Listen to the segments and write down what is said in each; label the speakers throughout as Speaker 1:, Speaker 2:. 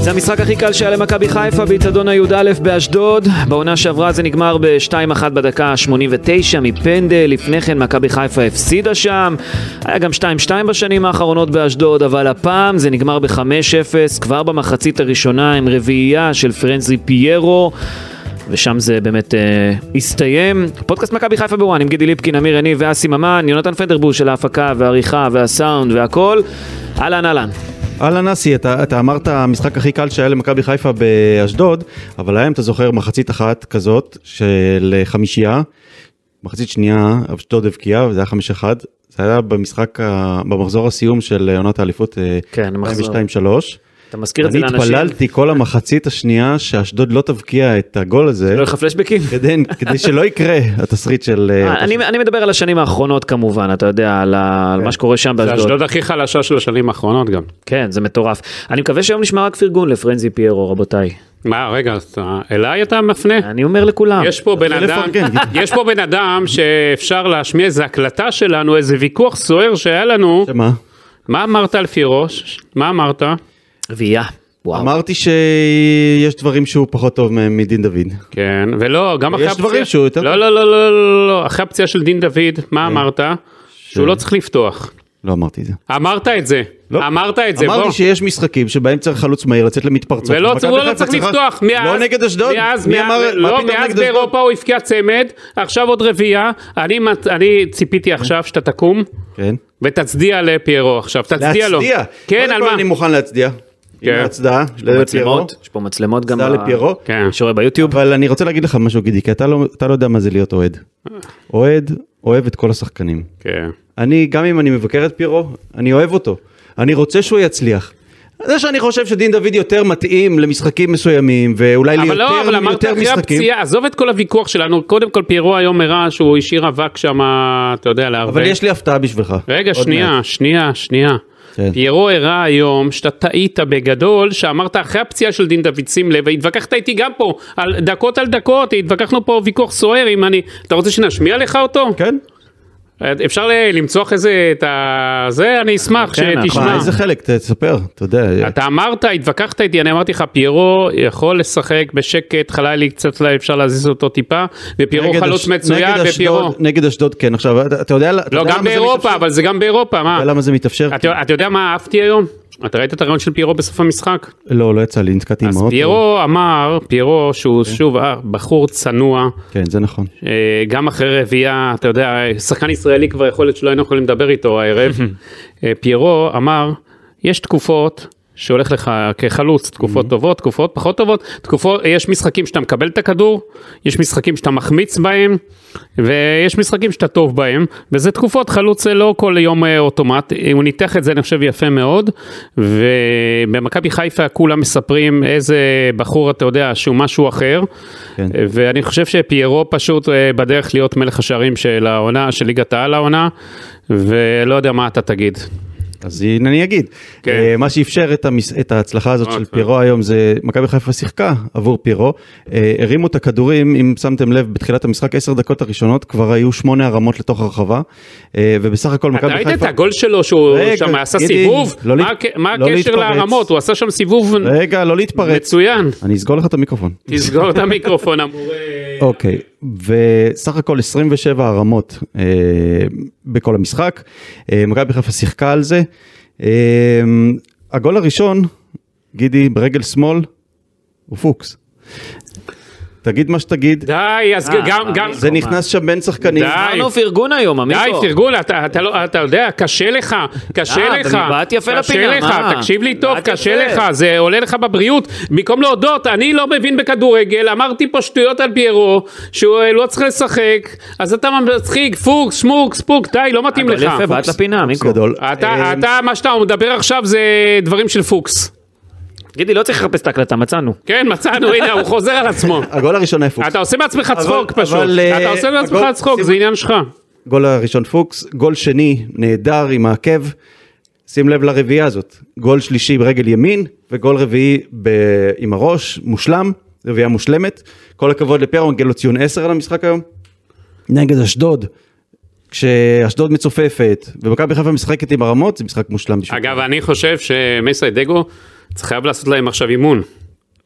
Speaker 1: זה המשחק הכי קל שהיה למכבי חיפה באיצטדיון הי"א באשדוד. בעונה שעברה זה נגמר ב-2-1 בדקה ה-89 מפנדל. לפני כן מכבי חיפה הפסידה שם. היה גם 2-2 בשנים האחרונות באשדוד, אבל הפעם זה נגמר ב-5-0 כבר במחצית הראשונה עם רביעייה של פרנזי פיירו. ושם זה באמת אה, הסתיים. פודקאסט מכבי חיפה בוואן עם גידי ליפקין, אמיר יניב ואסי ממן, יונתן פנדרבוש של ההפקה והעריכה והסאונד והכל. אהלן אהלן.
Speaker 2: אהלן אסי, אתה, אתה אמרת המשחק הכי קל שהיה למכבי חיפה באשדוד, אבל היה אם אתה זוכר מחצית אחת כזאת של חמישייה, מחצית שנייה אשדוד הבקיעה וזה היה חמש אחד, זה היה במשחק, ה- במחזור הסיום של עונת האליפות אה,
Speaker 1: כן, מחזור.
Speaker 2: 2002-2003.
Speaker 1: אתה מזכיר את זה
Speaker 2: אני
Speaker 1: לאנשים.
Speaker 2: התפללתי כל המחצית השנייה שאשדוד לא תבקיע את הגול הזה,
Speaker 1: לא לך פלשבקים?
Speaker 2: כדי, כדי שלא יקרה התסריט של... אה,
Speaker 1: אה, אני, אני מדבר על השנים האחרונות כמובן, אתה יודע, על, ה, על מה שקורה שם
Speaker 3: כן. זה
Speaker 1: באשדוד.
Speaker 3: אשדוד הכי חלשה של השנים האחרונות גם.
Speaker 1: כן, זה מטורף. אני מקווה שהיום נשמע רק פרגון לפרנזי פיירו, רבותיי.
Speaker 3: מה, רגע, אז אתה- אליי אתה מפנה?
Speaker 1: אני אומר לכולם.
Speaker 3: יש פה בן
Speaker 2: תתחיל
Speaker 3: אדם,
Speaker 2: אה, לפרגן, גידי.
Speaker 3: יש פה בן אדם שאפשר להשמיע איזה הקלטה שלנו, איזה ויכוח סוער שהיה לנו.
Speaker 2: שמה?
Speaker 3: מה אמרת על פירוש? מה אמרת?
Speaker 1: רביעייה. וואו.
Speaker 2: אמרתי שיש דברים שהוא פחות טוב מ- מדין דוד.
Speaker 3: כן, ולא, גם אחרי
Speaker 2: יש דברים שהוא יותר אה.
Speaker 3: לא,
Speaker 2: טוב.
Speaker 3: לא, לא, לא, לא, לא, אחרי הפציעה של דין דוד, מה אמרת? שהוא לא צריך לפתוח.
Speaker 2: לא אמרתי את זה.
Speaker 3: אמרת את זה.
Speaker 2: לא.
Speaker 3: אמרת את זה, בוא.
Speaker 2: אמרתי שיש משחקים שבהם צריך חלוץ מהיר לצאת למתפרצות.
Speaker 3: ולא
Speaker 2: מכבי
Speaker 3: צריך, הוא
Speaker 2: חיפה
Speaker 3: לא צריך
Speaker 2: צריכה-
Speaker 3: לפתוח, מאז,
Speaker 2: לא נגד אשדוד?
Speaker 3: מאז,
Speaker 2: מי
Speaker 3: מאז-
Speaker 2: אמר- מה
Speaker 3: לא,
Speaker 2: פתאום
Speaker 3: מאז
Speaker 2: נגד אשדוד?
Speaker 3: באירופה הוא הבקיע צמד, עכשיו עוד רביעייה, אני מת- אני ציפיתי עכשיו שאתה תקום
Speaker 2: כן.
Speaker 3: ותצדיע לפיירו עכשיו, תצדיע לו.
Speaker 2: להצדיע.
Speaker 3: כן,
Speaker 2: קודם
Speaker 3: על
Speaker 2: כל
Speaker 3: מה?
Speaker 2: אני מוכן להצדיע.
Speaker 3: כן.
Speaker 2: עם הצדעה.
Speaker 1: יש פה מצלמות, יש פה מצלמות גם.
Speaker 2: הצדעה
Speaker 1: ב-
Speaker 2: לפיירו.
Speaker 3: כן.
Speaker 1: שרואה ביוטיוב.
Speaker 2: אבל אני רוצה להגיד לך משהו גידי, כי אתה לא אתה לא יודע מה זה להיות אוהד. אוהד אוהב את כל השחקנים.
Speaker 3: כן.
Speaker 2: אני, גם אם אני מבקר את פירו, אני אוהב אותו. אני רוצה שהוא יצליח. זה שאני חושב שדין דוד יותר מתאים למשחקים מסוימים, ואולי ליותר
Speaker 3: אבל לא, אבל אמרת
Speaker 2: יותר
Speaker 3: אחרי
Speaker 2: משחקים.
Speaker 3: הפציעה, עזוב את כל הוויכוח שלנו, קודם כל פיירו היום הראה שהוא השאיר אבק שם, אתה יודע, להרבה.
Speaker 2: אבל יש לי הפתעה בשבילך.
Speaker 3: רגע,
Speaker 2: עוד
Speaker 3: שנייה,
Speaker 2: מעט.
Speaker 3: שנייה, שנייה.
Speaker 2: כן.
Speaker 3: פיירו הראה היום שאתה טעית בגדול, שאמרת אחרי הפציעה של דין דוד, שים לב, והתווכחת איתי גם פה, על דקות על דקות, התווכחנו פה ויכוח סוער, אם אני... אתה רוצה שנשמיע לך אותו?
Speaker 2: כן.
Speaker 3: אפשר ל- למצוא אחרי זה את ה... זה, אני אשמח
Speaker 1: כן,
Speaker 2: מה,
Speaker 3: שתשמע.
Speaker 2: איזה חלק? ת- תספר, אתה יודע.
Speaker 3: אתה אמרת, התווכחת איתי, אני אמרתי לך, פיירו יכול לשחק בשקט, חלילי קצת אולי אפשר להזיז אותו טיפה, ופיירו
Speaker 2: נגד
Speaker 3: חלוץ
Speaker 2: אש-
Speaker 3: מצוין,
Speaker 2: נגד
Speaker 3: ופיירו...
Speaker 2: אשדוד- נגד אשדוד כן, עכשיו אתה- אתה יודע אתה
Speaker 3: לא,
Speaker 2: יודע למה
Speaker 3: גם
Speaker 2: זה
Speaker 3: באירופה,
Speaker 2: מתאפשר?
Speaker 3: אבל זה גם באירופה, מה?
Speaker 2: אתה יודע למה זה מתאפשר?
Speaker 3: אתה אתה יודע מה אהבתי היום? אתה ראית את הרעיון של פיירו בסוף המשחק?
Speaker 2: לא, לא יצא לי, נתקעתי עם
Speaker 3: אז
Speaker 2: האוטו.
Speaker 3: פיירו אמר, פיירו שהוא שוב אה, בחור צנוע,
Speaker 2: כן, זה נכון.
Speaker 3: אה, גם אחרי רביעייה, אתה יודע, שחקן ישראלי כבר יכול להיות שלא היינו יכולים לדבר איתו הערב. אה, פיירו אמר, יש תקופות. שהולך לך כחלוץ, תקופות טובות, תקופות פחות טובות, תקופות, יש משחקים שאתה מקבל את הכדור, יש משחקים שאתה מחמיץ בהם, ויש משחקים שאתה טוב בהם, וזה תקופות, חלוץ זה לא כל יום אה, אוטומט, אה, הוא ניתח את זה אני חושב יפה מאוד, ובמכבי חיפה כולם מספרים איזה בחור, אתה יודע, שהוא משהו אחר,
Speaker 2: כן.
Speaker 3: ואני חושב שפיירו פשוט אה, בדרך להיות מלך השערים של העונה, של ליגת העל העונה, ולא יודע מה אתה תגיד.
Speaker 2: אז הנה אני אגיד,
Speaker 3: כן.
Speaker 2: אה, מה שאפשר את, המס... את ההצלחה הזאת של
Speaker 3: אוקיי.
Speaker 2: פירו היום זה מכבי חיפה שיחקה עבור פירו, אה, הרימו את הכדורים, אם שמתם לב בתחילת המשחק 10 דקות הראשונות כבר היו 8 הרמות לתוך הרחבה, אה, ובסך הכל
Speaker 3: אתה
Speaker 2: מכבי חיפה...
Speaker 3: ראית את הגול שלו שהוא
Speaker 2: רגע,
Speaker 3: שם עשה
Speaker 2: גידי,
Speaker 3: סיבוב?
Speaker 2: לא
Speaker 3: מה
Speaker 2: להת-
Speaker 3: הק- מה
Speaker 2: לא
Speaker 3: הקשר
Speaker 2: להתפרץ.
Speaker 3: להרמות? הוא עשה שם סיבוב
Speaker 2: רגע, לא להתפרץ,
Speaker 3: מצוין.
Speaker 2: אני אסגור לך את המיקרופון.
Speaker 3: תסגור את המיקרופון המורה.
Speaker 2: אוקיי, וסך הכל 27 הרמות אה, בכל המשחק. אה, מכבי חיפה שיחקה על זה. אה, הגול הראשון, גידי ברגל שמאל, הוא פוקס. תגיד מה שתגיד,
Speaker 3: די, אז
Speaker 1: אה,
Speaker 3: גם, גם,
Speaker 2: זה נכנס שם בין שחקנים.
Speaker 3: לא, די.
Speaker 1: אמרנו פרגון היום, אמיר.
Speaker 3: די, פרגון, אתה, אתה, לא, אתה יודע, קשה לך, קשה
Speaker 1: אה,
Speaker 3: לך,
Speaker 1: אבל בעט יפה
Speaker 3: קשה
Speaker 1: לפינה,
Speaker 3: לך,
Speaker 1: מה?
Speaker 3: תקשיב לי טוב,
Speaker 1: בעט
Speaker 3: קשה
Speaker 1: יפה.
Speaker 3: לך, זה עולה לך בבריאות. במקום להודות, אני לא מבין בכדורגל, אמרתי פה שטויות על פיירו, שהוא אה, לא צריך לשחק, אז אתה מצחיק, פוקס, שמוקס, פוק, די, לא מתאים לך.
Speaker 1: יפה, בעט לפינה, מיקרו.
Speaker 2: גדול.
Speaker 3: אתה,
Speaker 2: אה,
Speaker 3: אתה, מה שאתה מדבר עכשיו זה דברים של פוקס.
Speaker 1: גידי, לא צריך לחפש את ההקלטה, מצאנו.
Speaker 3: כן, מצאנו, הנה, הוא חוזר על עצמו.
Speaker 2: הגול הראשון היה פוקס.
Speaker 3: אתה עושה מעצמך צחוק פשוט,
Speaker 2: אבל, אה,
Speaker 3: אתה עושה מעצמך
Speaker 2: הגול-
Speaker 3: צחוק, זה עניין שלך.
Speaker 2: גול הראשון פוקס, גול שני נהדר עם העקב. שים לב לרביעייה הזאת, גול שלישי ברגל ימין וגול רביעי ב... עם הראש, מושלם, רביעייה מושלמת. כל הכבוד לפרו, מגיע לו ציון 10 על המשחק היום. נגד אשדוד, כשאשדוד מצופפת ומכבי חיפה משחקת עם הרמות, זה משחק מושלם בשביל
Speaker 3: כן. אגב, אני חושב שמסי דגו חייב לעשות להם עכשיו אימון.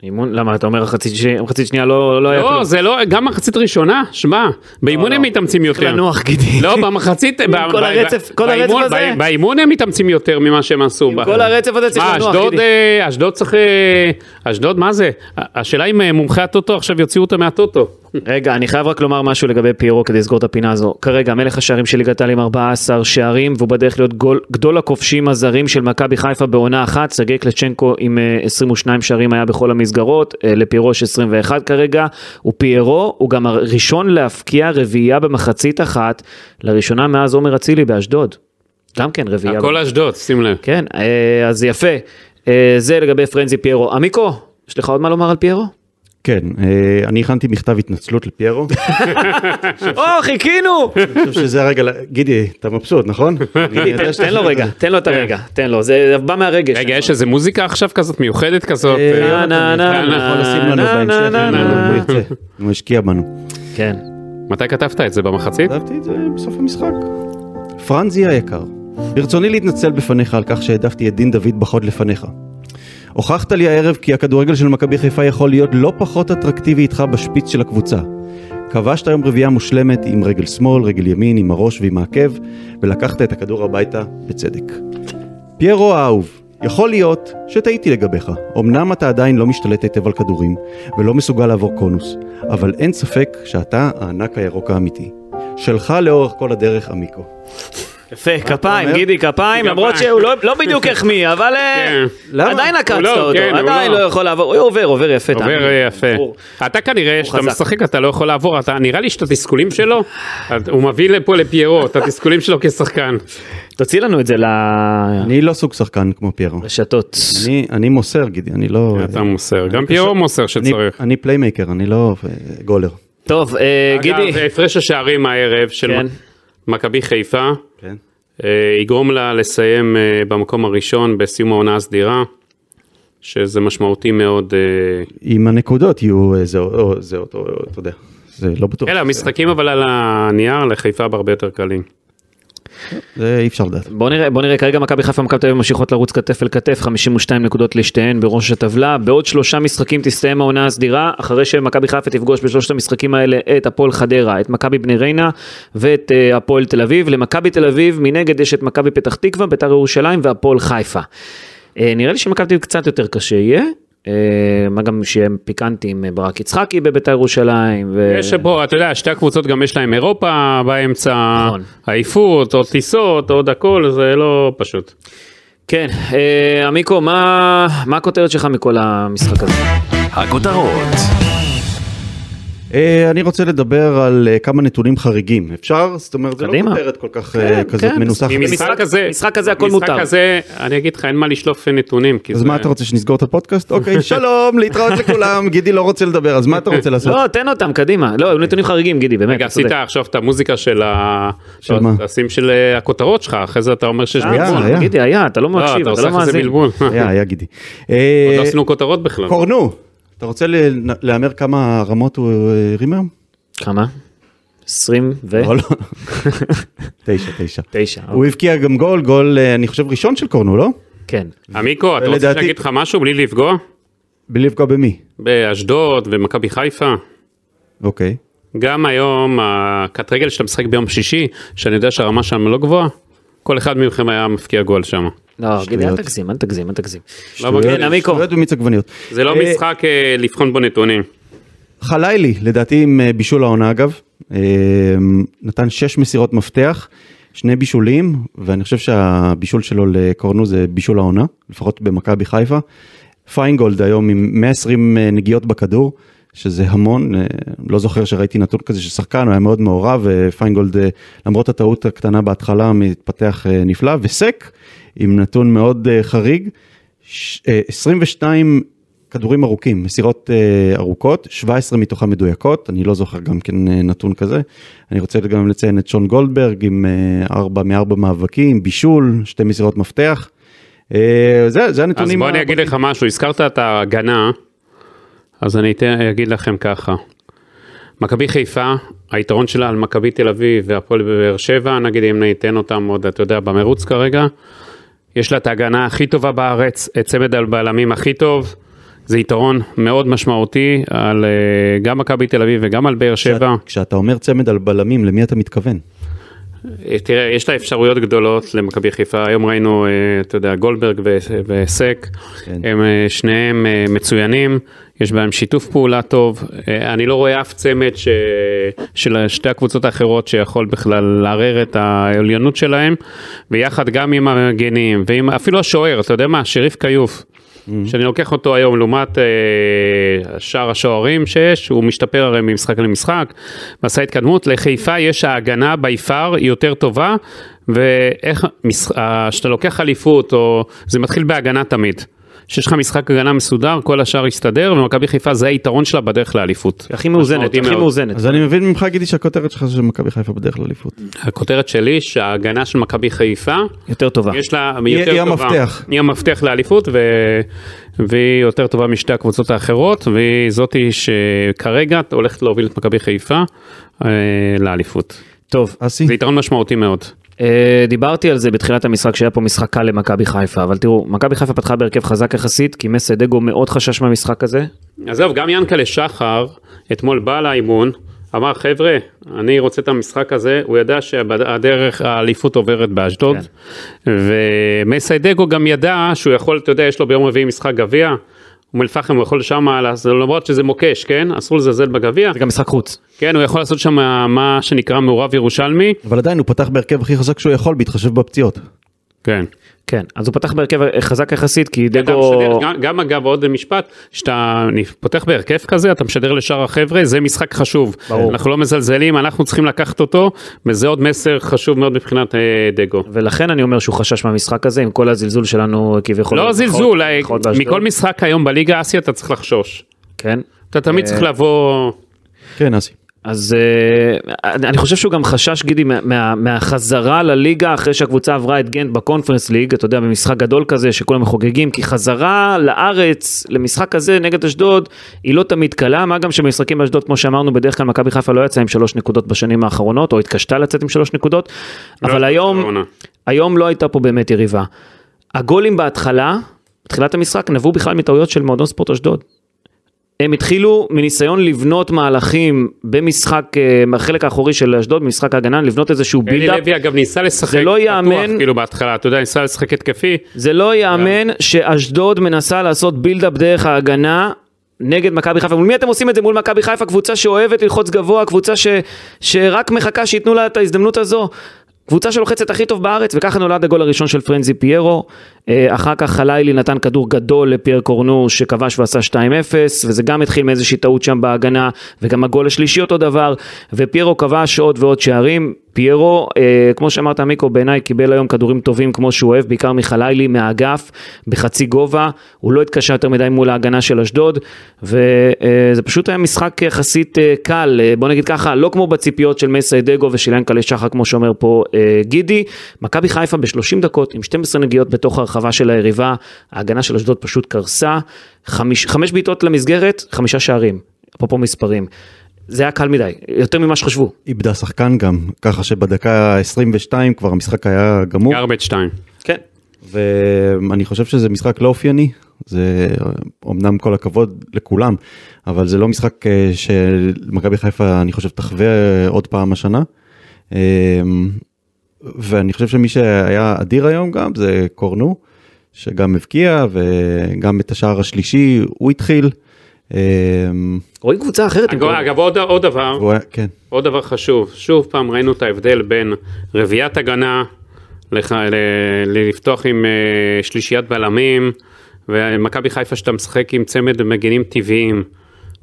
Speaker 1: אימון, למה אתה אומר מחצית ש- מחצית שנייה לא לא היה
Speaker 3: לא,
Speaker 1: כלום?
Speaker 3: זה לא, גם מחצית ראשונה, שמע, באימון
Speaker 1: לא.
Speaker 3: הם מתאמצים יותר.
Speaker 1: לנוח גידי.
Speaker 3: לא, במחצית, ב- ב-
Speaker 1: כל הרצף- כל הרצף
Speaker 3: באימון-
Speaker 1: הזה?
Speaker 3: ב- באימון הם מתאמצים יותר ממה שהם עשו. ב-
Speaker 1: כל הרצף הזה צריך
Speaker 3: מה,
Speaker 1: לנוח,
Speaker 3: אשדוד,
Speaker 1: גידי.
Speaker 3: אה, אשדוד צריך, אה, אשדוד, מה זה? ה- השאלה אם אה, מומחי הטוטו עכשיו יוציאו אותו מהטוטו.
Speaker 1: רגע, אני חייב רק לומר משהו לגבי פיירו כדי לסגור את הפינה הזו. כרגע, מלך השערים של ליגת העל עם 14 שערים, והוא בדרך להיות גול, גדול הכובשים הזרים של מכבי חיפה בעונה אחת. סרגי קלצ'נקו עם אה, 22 שערים היה בכל המסגרות, אה, לפיירו יש 21 כרגע. ופיירו הוא גם הראשון להפקיע רביעייה במחצית אחת, לראשונה מאז עומר אצילי באשדוד. גם כן רביעייה.
Speaker 3: הכל אשדוד, שים לב.
Speaker 1: כן, אה, אז יפה. אה, זה לגבי פרנזי פיירו. עמיקו, יש לך עוד מה לומר על פיירו?
Speaker 2: כן, אה, אני הכנתי מכתב התנצלות לפיירו.
Speaker 1: או, חיכינו!
Speaker 2: אני חושב שזה הרגע, ל- גידי, אתה מבסוט, נכון? אני יודע שאתה
Speaker 1: תן לו
Speaker 2: חושב
Speaker 1: רגע,
Speaker 2: על זה.
Speaker 1: תן לו את הרגע, תן לו, זה בא מהרגש.
Speaker 3: כן. רגע, יש איזה מוזיקה עכשיו כזאת מיוחדת כזאת?
Speaker 2: אה,
Speaker 3: אה,
Speaker 1: נה, נה, נה,
Speaker 2: אתה יכול לשים לנו
Speaker 1: נה,
Speaker 2: בהמשך,
Speaker 1: נה,
Speaker 2: אם
Speaker 1: נה,
Speaker 2: הוא לא
Speaker 1: נה.
Speaker 2: ירצה. הוא השקיע בנו.
Speaker 1: כן.
Speaker 3: מתי כתבת את זה, במחצית?
Speaker 2: כתבתי את זה בסוף המשחק. פרנזי היקר, ברצוני להתנצל בפניך על כך שהעדפתי את דין דוד בחוד לפניך. הוכחת לי הערב כי הכדורגל של מכבי חיפה יכול להיות לא פחות אטרקטיבי איתך בשפיץ של הקבוצה. כבשת היום רביעייה מושלמת עם רגל שמאל, רגל ימין, עם הראש ועם העקב, ולקחת את הכדור הביתה בצדק. פיירו האהוב, יכול להיות שטעיתי לגביך. אמנם אתה עדיין לא משתלט היטב על כדורים, ולא מסוגל לעבור קונוס, אבל אין ספק שאתה הענק הירוק האמיתי. שלך לאורך כל הדרך, עמיקו.
Speaker 1: יפה, כפיים,
Speaker 2: אומר?
Speaker 1: גידי, כפיים, למרות שהוא לא לא בדיוק החמיא, אבל אה,
Speaker 3: כן.
Speaker 2: למה?
Speaker 1: עדיין
Speaker 3: הוא
Speaker 1: עקצת
Speaker 3: לא,
Speaker 1: אותו,
Speaker 3: כן, הוא
Speaker 1: עדיין
Speaker 3: לא.
Speaker 1: לא יכול לעבור, הוא עובר, עובר יפה, תאמין
Speaker 3: עובר
Speaker 1: לי.
Speaker 3: אה, יפה.
Speaker 1: ברור.
Speaker 3: אתה כנראה, כשאתה
Speaker 1: חזק.
Speaker 3: משחק אתה לא יכול לעבור, אתה נראה לי שאת התסכולים שלו, את- הוא מביא לפה לפיירו, את התסכולים שלו כשחקן.
Speaker 1: תוציא לנו את זה
Speaker 2: אני לא סוג שחקן כמו פיירו.
Speaker 1: לרשתות.
Speaker 2: אני, אני מוסר, גידי, אני לא...
Speaker 3: אתה מוסר, גם פיירו מוסר
Speaker 2: אני,
Speaker 3: שצריך.
Speaker 2: אני פליימייקר, אני לא אה, גולר.
Speaker 1: טוב, אה,
Speaker 3: אגב,
Speaker 1: גידי,
Speaker 3: הפרש השערים הערב של
Speaker 1: כן.
Speaker 3: מכבי חיפה,
Speaker 2: כן.
Speaker 3: אה, יגרום לה לסיים אה, במקום הראשון בסיום העונה הסדירה, שזה משמעותי מאוד. אה,
Speaker 2: אם הנקודות יהיו אה, זה, או, זה אותו, אתה יודע, זה לא בטוח.
Speaker 3: אלה המשחקים אבל על הנייר לחיפה הרבה יותר קלים.
Speaker 2: זה אי אפשר לדעת.
Speaker 1: בוא נראה, בוא נראה, כרגע מכבי חיפה ומכבי תל אביב ממשיכות לרוץ כתף אל כתף, 52 נקודות לשתיהן בראש הטבלה, בעוד שלושה משחקים תסתיים העונה הסדירה, אחרי שמכבי חיפה תפגוש בשלושת המשחקים האלה את הפועל חדרה, את מכבי בני ריינה ואת אה, הפועל תל אביב, למכבי תל אביב מנגד יש את מכבי פתח תקווה, ביתר ירושלים והפועל חיפה. אה, נראה לי שמכבי תל אביב קצת יותר קשה יהיה, אה, מה גם שהם פיקנטים אה, ברק יצחקי בביתר ירושלים, ו...
Speaker 3: יש פה, אתה יודע, שתי הקבוצות גם יש להם אירופה באמצע,
Speaker 1: נכון.
Speaker 3: עייפות, עוד טיסות, עוד הכל, זה לא פשוט.
Speaker 1: כן, אה, עמיקו, מה, מה הכותרת שלך מכל המשחק הזה?
Speaker 4: הכותרות.
Speaker 2: אה, אני רוצה לדבר על אה, כמה נתונים חריגים. אפשר? זאת אומרת, זה לא
Speaker 1: קדימה.
Speaker 2: כותרת כל כך אה,
Speaker 1: כן,
Speaker 2: כזאת
Speaker 1: כן,
Speaker 2: מנוסחת.
Speaker 1: מסכים. במשחק- משחק כזה הכל מותר.
Speaker 3: משחק כזה, אני אגיד לך, אין מה לשלוף נתונים. כי
Speaker 2: אז
Speaker 3: זה-
Speaker 2: מה אתה רוצה שנסגור את הפודקאסט? אוקיי, שלום, להתראות לכולם, גידי לא רוצה לדבר, אז מה אתה רוצה לעשות?
Speaker 1: לא, תן אותם, קדימה. לא, היו נתונים חריגים, גידי, באמת,
Speaker 3: רגע,
Speaker 1: אתה צודק.
Speaker 3: עשית עכשיו את המוזיקה של ה...
Speaker 2: של מה?
Speaker 3: תשים של אה, הכותרות שלך, אחרי זה אתה אומר שיש
Speaker 1: אה,
Speaker 2: היה,
Speaker 3: בלבול.
Speaker 2: היה.
Speaker 1: גידי, היה, אתה לא
Speaker 3: לא,
Speaker 1: מקשיב,
Speaker 3: אתה
Speaker 1: אתה
Speaker 3: עושה
Speaker 1: לא
Speaker 3: לך איזה
Speaker 1: מאזין.
Speaker 3: בלבול.
Speaker 2: היה, היה גידי.
Speaker 3: עוד
Speaker 2: אה,
Speaker 3: לא עשינו כותרות בכלל.
Speaker 2: קורנו, אתה רוצה ל- להמר כמה רמות הוא אה, הרים היום?
Speaker 1: כמה? 20 ו...
Speaker 3: אה?
Speaker 2: לא, לא. תשע, תשע.
Speaker 1: תשע.
Speaker 3: אוקיי.
Speaker 2: הוא הבקיע גם גול, גול, אה, אני חושב, ראשון של קורנו, לא?
Speaker 1: כן.
Speaker 3: עמיקו, אתה רוצה
Speaker 2: ולדעתי-
Speaker 3: שאני אגיד לך משהו בלי לפגוע?
Speaker 2: בלי לפגוע במי.
Speaker 3: באשדוד ומכבי חיפה.
Speaker 2: אוקיי.
Speaker 3: גם היום, הקט רגל שאתה משחק ביום שישי, שאני יודע שהרמה שם לא גבוהה, כל אחד מכם היה מפקיע גול שם.
Speaker 1: לא, גידי, אל
Speaker 2: שטויות.
Speaker 1: תגזים, אל תגזים, אל תגזים.
Speaker 3: לא מגניב.
Speaker 1: כן, עמיקו.
Speaker 2: שטויות ומיץ עגבניות.
Speaker 3: זה לא
Speaker 2: אה,
Speaker 3: משחק אה, לבחון בו נתונים.
Speaker 2: חלילי, לדעתי עם אה, בישול העונה אגב, אה, נתן שש מסירות מפתח, שני בישולים, ואני חושב שהבישול שלו לקורנו זה בישול העונה, לפחות במכבי חיפה. פיינגולד היום עם 120 אה, נגיעות בכדור, שזה המון, אה, לא זוכר שראיתי נתון כזה ששחקן, הוא היה מאוד מעורב, ופיינגולד אה, למרות הטעות הקטנה בהתחלה מתפתח אה, נפלא, וסק עם נתון מאוד אה, חריג, ש- אה, 22 כדורים ארוכים, מסירות אה, ארוכות, 17 מתוכן מדויקות, אני לא זוכר גם כן אה, נתון כזה. אני רוצה גם לציין את שון גולדברג עם אה, 4 מ-4 מאבקים, בישול, שתי מסירות מפתח. אה, זה, זה
Speaker 3: אז
Speaker 2: הנתונים.
Speaker 3: בוא אני אגיד לך משהו, הזכרת את ההגנה, אז אני אתן- אגיד לכם ככה. מכבי חיפה, היתרון שלה על מכבי תל אביב והפועל באר שבע, נגיד אם ניתן אותם עוד, אתה יודע, במרוץ כרגע, יש לה את ההגנה הכי טובה בארץ, את צמד הבלמים הכי טוב, זה יתרון מאוד משמעותי על אה, גם מכבי תל אביב וגם על באר שבע.
Speaker 2: כשאת- כשאתה אומר צמד על בלמים, למי אתה מתכוון?
Speaker 3: אה, תראה, יש לה אפשרויות גדולות למכבי חיפה, היום ראינו, אה, אתה יודע, גולדברג ו- וסק,
Speaker 2: כן.
Speaker 3: הם אה, שניהם אה, מצוינים, יש בהם שיתוף פעולה טוב, אה, אני לא רואה אף צמד ש... של שתי הקבוצות האחרות שיכול בכלל לערער את העליונות שלהם, ויחד גם עם המגנים, ועם אפילו השוער, אתה יודע מה, שריף כיוף. שאני לוקח אותו היום לעומת אה, שאר השוערים שיש, הוא משתפר הרי ממשחק למשחק, ועשה התקדמות. לחיפה יש ההגנה בי פאר היא יותר טובה, ואיך, מש- אה, כשאתה לוקח אליפות, או, זה מתחיל בהגנה תמיד. שיש לך משחק הגנה מסודר, כל השאר יסתדר, ומכבי חיפה זה היתרון שלה בדרך לאליפות.
Speaker 1: הכי מאוזנת,
Speaker 3: משמעותי
Speaker 1: הכי
Speaker 3: מאוד.
Speaker 1: מאוזנת.
Speaker 2: אז אני מבין ממך, גידי, שהכותרת שלך זה שמכבי חיפה בדרך לאליפות.
Speaker 3: הכותרת שלי שההגנה של מכבי חיפה
Speaker 1: יותר טובה.
Speaker 3: יש לה
Speaker 2: היא-
Speaker 3: יותר
Speaker 2: היא
Speaker 3: טובה.
Speaker 2: המפתח.
Speaker 3: היא המפתח לאליפות, ו... והיא יותר טובה משתי הקבוצות האחרות, והיא זאתי שכרגע הולכת להוביל את מכבי חיפה אה, לאליפות.
Speaker 1: טוב,
Speaker 2: אסי?
Speaker 3: זה יתרון משמעותי מאוד.
Speaker 1: אה, דיברתי על זה בתחילת המשחק שהיה פה משחק קל למכבי חיפה, אבל תראו, מכבי חיפה פתחה בהרכב חזק יחסית, כי מסדגו מאוד חשש מהמשחק הזה.
Speaker 3: עזוב, גם ינקלה שחר אתמול בא לאימון, אמר חבר'ה, אני רוצה את המשחק הזה, הוא ידע שהדרך האליפות עוברת באשדוד, כן. ומסיידגו גם ידע שהוא יכול, אתה יודע, יש לו ביום רביעי משחק גביע, אום אל-פחם הוא יכול שם, אז למרות שזה מוקש, כן? אסור לזלזל בגביע,
Speaker 1: זה גם משחק חוץ.
Speaker 3: כן, הוא יכול לעשות שם מה שנקרא מעורב ירושלמי,
Speaker 2: אבל עדיין הוא פתח בהרכב הכי חזק שהוא יכול, בהתחשב בפציעות.
Speaker 3: כן.
Speaker 1: כן, אז הוא פתח בהרכב חזק יחסית, כי
Speaker 3: אתה
Speaker 1: דגו...
Speaker 3: משדר, גם, גם אגב עוד משפט, כשאתה פותח בהרכב כזה, אתה משדר לשאר החבר'ה, זה משחק חשוב.
Speaker 1: ברור.
Speaker 3: אנחנו לא מזלזלים, אנחנו צריכים לקחת אותו, וזה עוד מסר חשוב מאוד מבחינת אה, דגו.
Speaker 1: ולכן אני אומר שהוא חשש מהמשחק הזה, עם כל הזלזול שלנו כביכול.
Speaker 3: לא
Speaker 1: במרכאות-
Speaker 3: זלזול, אה,
Speaker 1: במרכאות באשדוד.
Speaker 3: מכל משחק היום בליגה אסיה אתה צריך לחשוש.
Speaker 1: כן.
Speaker 3: אתה תמיד צריך לבוא...
Speaker 2: כן, אסי.
Speaker 1: אז אה, אני אני חושב שהוא גם חשש, גידי, מה- מה- מהחזרה לליגה אחרי שהקבוצה עברה את גנט בקונפרנס ליג, אתה יודע, במשחק גדול כזה שכולם חוגגים, כי חזרה לארץ, למשחק כזה נגד אשדוד, היא לא תמיד קלה, מה גם שבמשחקים באשדוד, כמו שאמרנו, בדרך כלל מכבי חיפה לא יצאה עם שלוש נקודות בשנים האחרונות, או התקשתה לצאת עם שלוש נקודות,
Speaker 3: לא,
Speaker 1: אבל היום,
Speaker 3: עונה.
Speaker 1: היום לא הייתה פה באמת יריבה. הגולים בהתחלה, בתחילת המשחק, נבעו בכלל מטעויות של מועדון ספורט אשדוד. הם התחילו מניסיון לבנות מהלכים במשחק, אה, בחלק האחורי של אשדוד, במשחק ההגנה, לבנות איזשהו
Speaker 3: אלי
Speaker 1: בילדאפ.
Speaker 3: לוי אגב ניסה לשחק,
Speaker 1: זה לא
Speaker 3: פתוח,
Speaker 1: ייאמן.
Speaker 3: כאילו בהתחלה, אתה יודע, ניסה לשחק התקפי,
Speaker 1: זה לא ייאמן שאשדוד מנסה לעשות בילדאפ דרך ההגנה. נגד מכבי חיפה, מול מי אתם עושים את זה? מול מכבי חיפה, קבוצה שאוהבת ללחוץ גבוה, קבוצה ש... שרק מחכה שייתנו לה את ההזדמנות הזו. קבוצה שלוחצת הכי טוב בארץ, וככה נולד הגול הראשון של פרנזי פיירו. אה, אחר כך חלילי נתן כדור גדול לפייר קורנו שכבש ועשה 2-0, וזה גם התחיל מאיזושהי טעות שם בהגנה, וגם הגול השלישי אותו דבר, ופיירו כבש עוד ועוד שערים. פיירו, אה, כמו שאמרת מיקו, בעיניי קיבל היום כדורים טובים כמו שהוא אוהב, בעיקר מחלילי מהאגף, בחצי גובה, הוא לא התקשה יותר מדי מול ההגנה של אשדוד, וזה פשוט היה משחק יחסית אה, קל, אה, בוא נגיד ככה, לא כמו בציפיות של מסי דגו ושל ינקלה שחר, כמו שאומר פה אה, גידי. מכבי חיפה ב-30 דקות עם 12 נגיעות בתוך הרחבה של היריבה, ההגנה של אשדוד פשוט קרסה, חמיש, חמש בעיטות למסגרת, חמישה שערים, אפרופו מספרים. זה היה קל מדי, יותר ממה שחשבו.
Speaker 2: איבדה שחקן גם, ככה שבדקה ה-22 כבר המשחק היה גמור,
Speaker 3: גרבג' 2.
Speaker 1: כן.
Speaker 2: ואני חושב שזה משחק לא אופייני, זה אמנם כל הכבוד לכולם, אבל זה לא משחק אה, שמכבי חיפה, אני חושב, תחווה עוד פעם השנה. אה, ואני חושב שמי שהיה אדיר היום גם זה קורנו, שגם הבקיע וגם את השער השלישי הוא התחיל. אה,
Speaker 1: רואים קבוצה אחרת. עם כל-
Speaker 3: אגב, עוד- עוד דבר,
Speaker 2: והוא היה- כן.
Speaker 3: עוד דבר חשוב, שוב פעם ראינו את ההבדל בין רביעיית הגנה לח... ל... לפתוח עם uh, שלישיית בלמים, ומכבי חיפה שאתה משחק עם צמד מגינים טבעיים.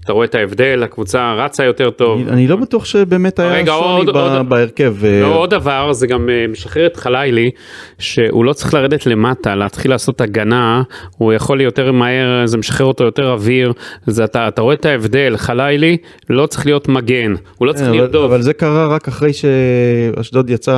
Speaker 3: אתה רואה את ההבדל, הקבוצה רצה יותר טוב.
Speaker 2: אני לא בטוח שבאמת היה
Speaker 3: רגע,
Speaker 2: שוני
Speaker 3: עוד-
Speaker 2: ב-
Speaker 3: עוד-
Speaker 2: בהרכב. אה,
Speaker 3: לא, עוד דבר, זה גם אה, משחרר את חלילי, שהוא לא צריך לרדת למטה, להתחיל לעשות הגנה, הוא יכול יותר מהר, זה משחרר אותו יותר אוויר, זה, אתה, אתה רואה את ההבדל, חלילי לא צריך להיות מגן, הוא לא צריך
Speaker 2: כן, אבל-
Speaker 3: לרדוף.
Speaker 2: אבל זה קרה רק אחרי שאשדוד יצא,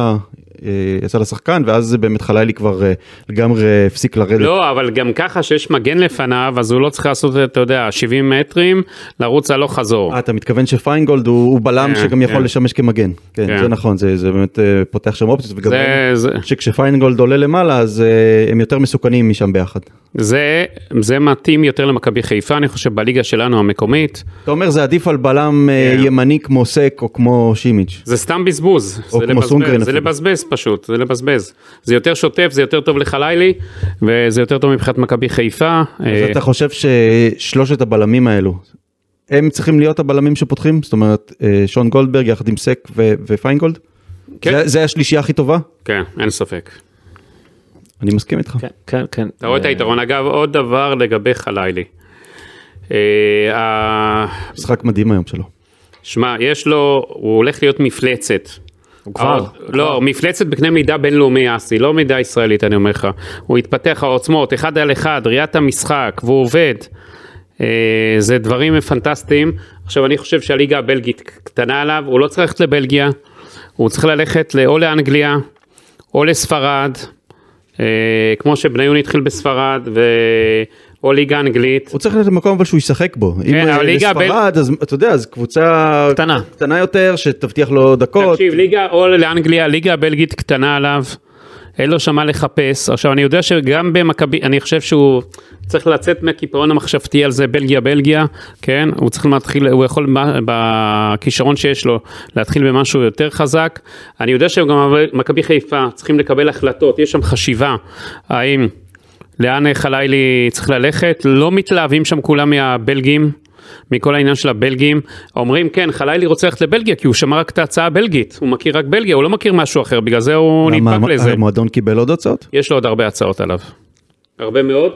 Speaker 2: אה, יצא לשחקן, ואז זה באמת חלילי כבר אה, לגמרי הפסיק לרדת.
Speaker 3: לא, אבל גם ככה שיש מגן לפניו, אז הוא לא צריך לעשות, אתה יודע, 70 מטרים, לרוץ הלוך חזור.
Speaker 2: אה, אתה מתכוון שפיינגולד הוא, הוא בלם
Speaker 3: כן,
Speaker 2: שגם יכול
Speaker 3: כן.
Speaker 2: לשמש כמגן. כן,
Speaker 3: כן.
Speaker 2: זה נכון, זה, זה באמת אה, פותח שם אופציות, וגם
Speaker 3: זה, זה,
Speaker 2: שכשפיינגולד עולה למעלה אז אה, הם יותר מסוכנים משם ביחד.
Speaker 3: זה, זה מתאים יותר למכבי חיפה, אני חושב, בליגה שלנו המקומית.
Speaker 2: אתה אומר זה עדיף על בלם אה,
Speaker 3: כן.
Speaker 2: ימני כמו סק או כמו שימיץ'.
Speaker 3: זה סתם בזבוז,
Speaker 2: או
Speaker 3: זה
Speaker 2: כמו
Speaker 3: לבזבז,
Speaker 2: סונגרן
Speaker 3: זה
Speaker 2: אפילו.
Speaker 3: לבזבז פשוט, זה לבזבז. זה יותר שוטף, זה יותר טוב לחלילי, וזה יותר טוב מבחינת מכבי חיפה.
Speaker 2: אז
Speaker 3: אה,
Speaker 2: אתה חושב ששלושת הבלמים האלו, הם צריכים להיות הבלמים שפותחים? זאת אומרת, אה, שון גולדברג יחד עם סק ו- ופיינגולד?
Speaker 3: כן.
Speaker 2: זה- זה השלישייה הכי טובה?
Speaker 3: כן, אין ספק.
Speaker 2: אני מסכים איתך.
Speaker 1: כן, כן, כן.
Speaker 3: אתה
Speaker 2: אה.
Speaker 3: רואה את היתרון. אגב, עוד דבר לגבי חלילי. אה, ה-
Speaker 2: משחק מדהים היום שלו.
Speaker 3: שמע, יש לו, הוא הולך להיות מפלצת.
Speaker 1: הוא כבר.
Speaker 3: לא, מפלצת בקנה מידה בינלאומי אסי, לא מידה ישראלית אני אומר לך. הוא התפתח העוצמות, אחד על אחד, ראיית המשחק, והוא עובד. אה, זה דברים פנטסטיים. עכשיו אני חושב שהליגה הבלגית קטנה עליו, הוא לא צריך ללכת לבלגיה, הוא צריך ללכת ל- או לאנגליה, או לספרד, אה, כמו שבניון התחיל בספרד, ו... או ליגה אנגלית.
Speaker 2: הוא צריך להיות במקום אבל שהוא ישחק בו. אם
Speaker 3: כן, אבל
Speaker 2: אה,
Speaker 3: ליגה בין-
Speaker 2: לספרד, אז אתה יודע, אז קבוצה
Speaker 1: קטנה.
Speaker 2: קטנה יותר, שתבטיח לו דקות.
Speaker 3: תקשיב, ליגה או לאנגליה, ליגה הבלגית קטנה עליו, אין לו שמה לחפש. עכשיו, אני יודע שגם במכבי, אני חושב שהוא צריך לצאת מהקיפאון המחשבתי על זה, בלגיה, בלגיה, כן? הוא צריך להתחיל, הוא יכול, ב- בכישרון שיש לו, להתחיל במשהו יותר חזק. אני יודע שגם מכבי חיפה צריכים לקבל החלטות, יש שם חשיבה, האם... לאן אה, חלילי צריך ללכת, לא מתלהבים שם כולם מהבלגים, מכל העניין של הבלגים, אומרים כן, חלילי רוצה ללכת לבלגיה כי הוא שמע רק את ההצעה הבלגית, הוא מכיר רק בלגיה, הוא לא מכיר משהו אחר, בגלל זה הוא
Speaker 2: למה,
Speaker 3: נדבק
Speaker 2: המ-
Speaker 3: לזה.
Speaker 2: המועדון קיבל עוד הצעות?
Speaker 3: יש לו עוד הרבה הצעות עליו. הרבה מאוד.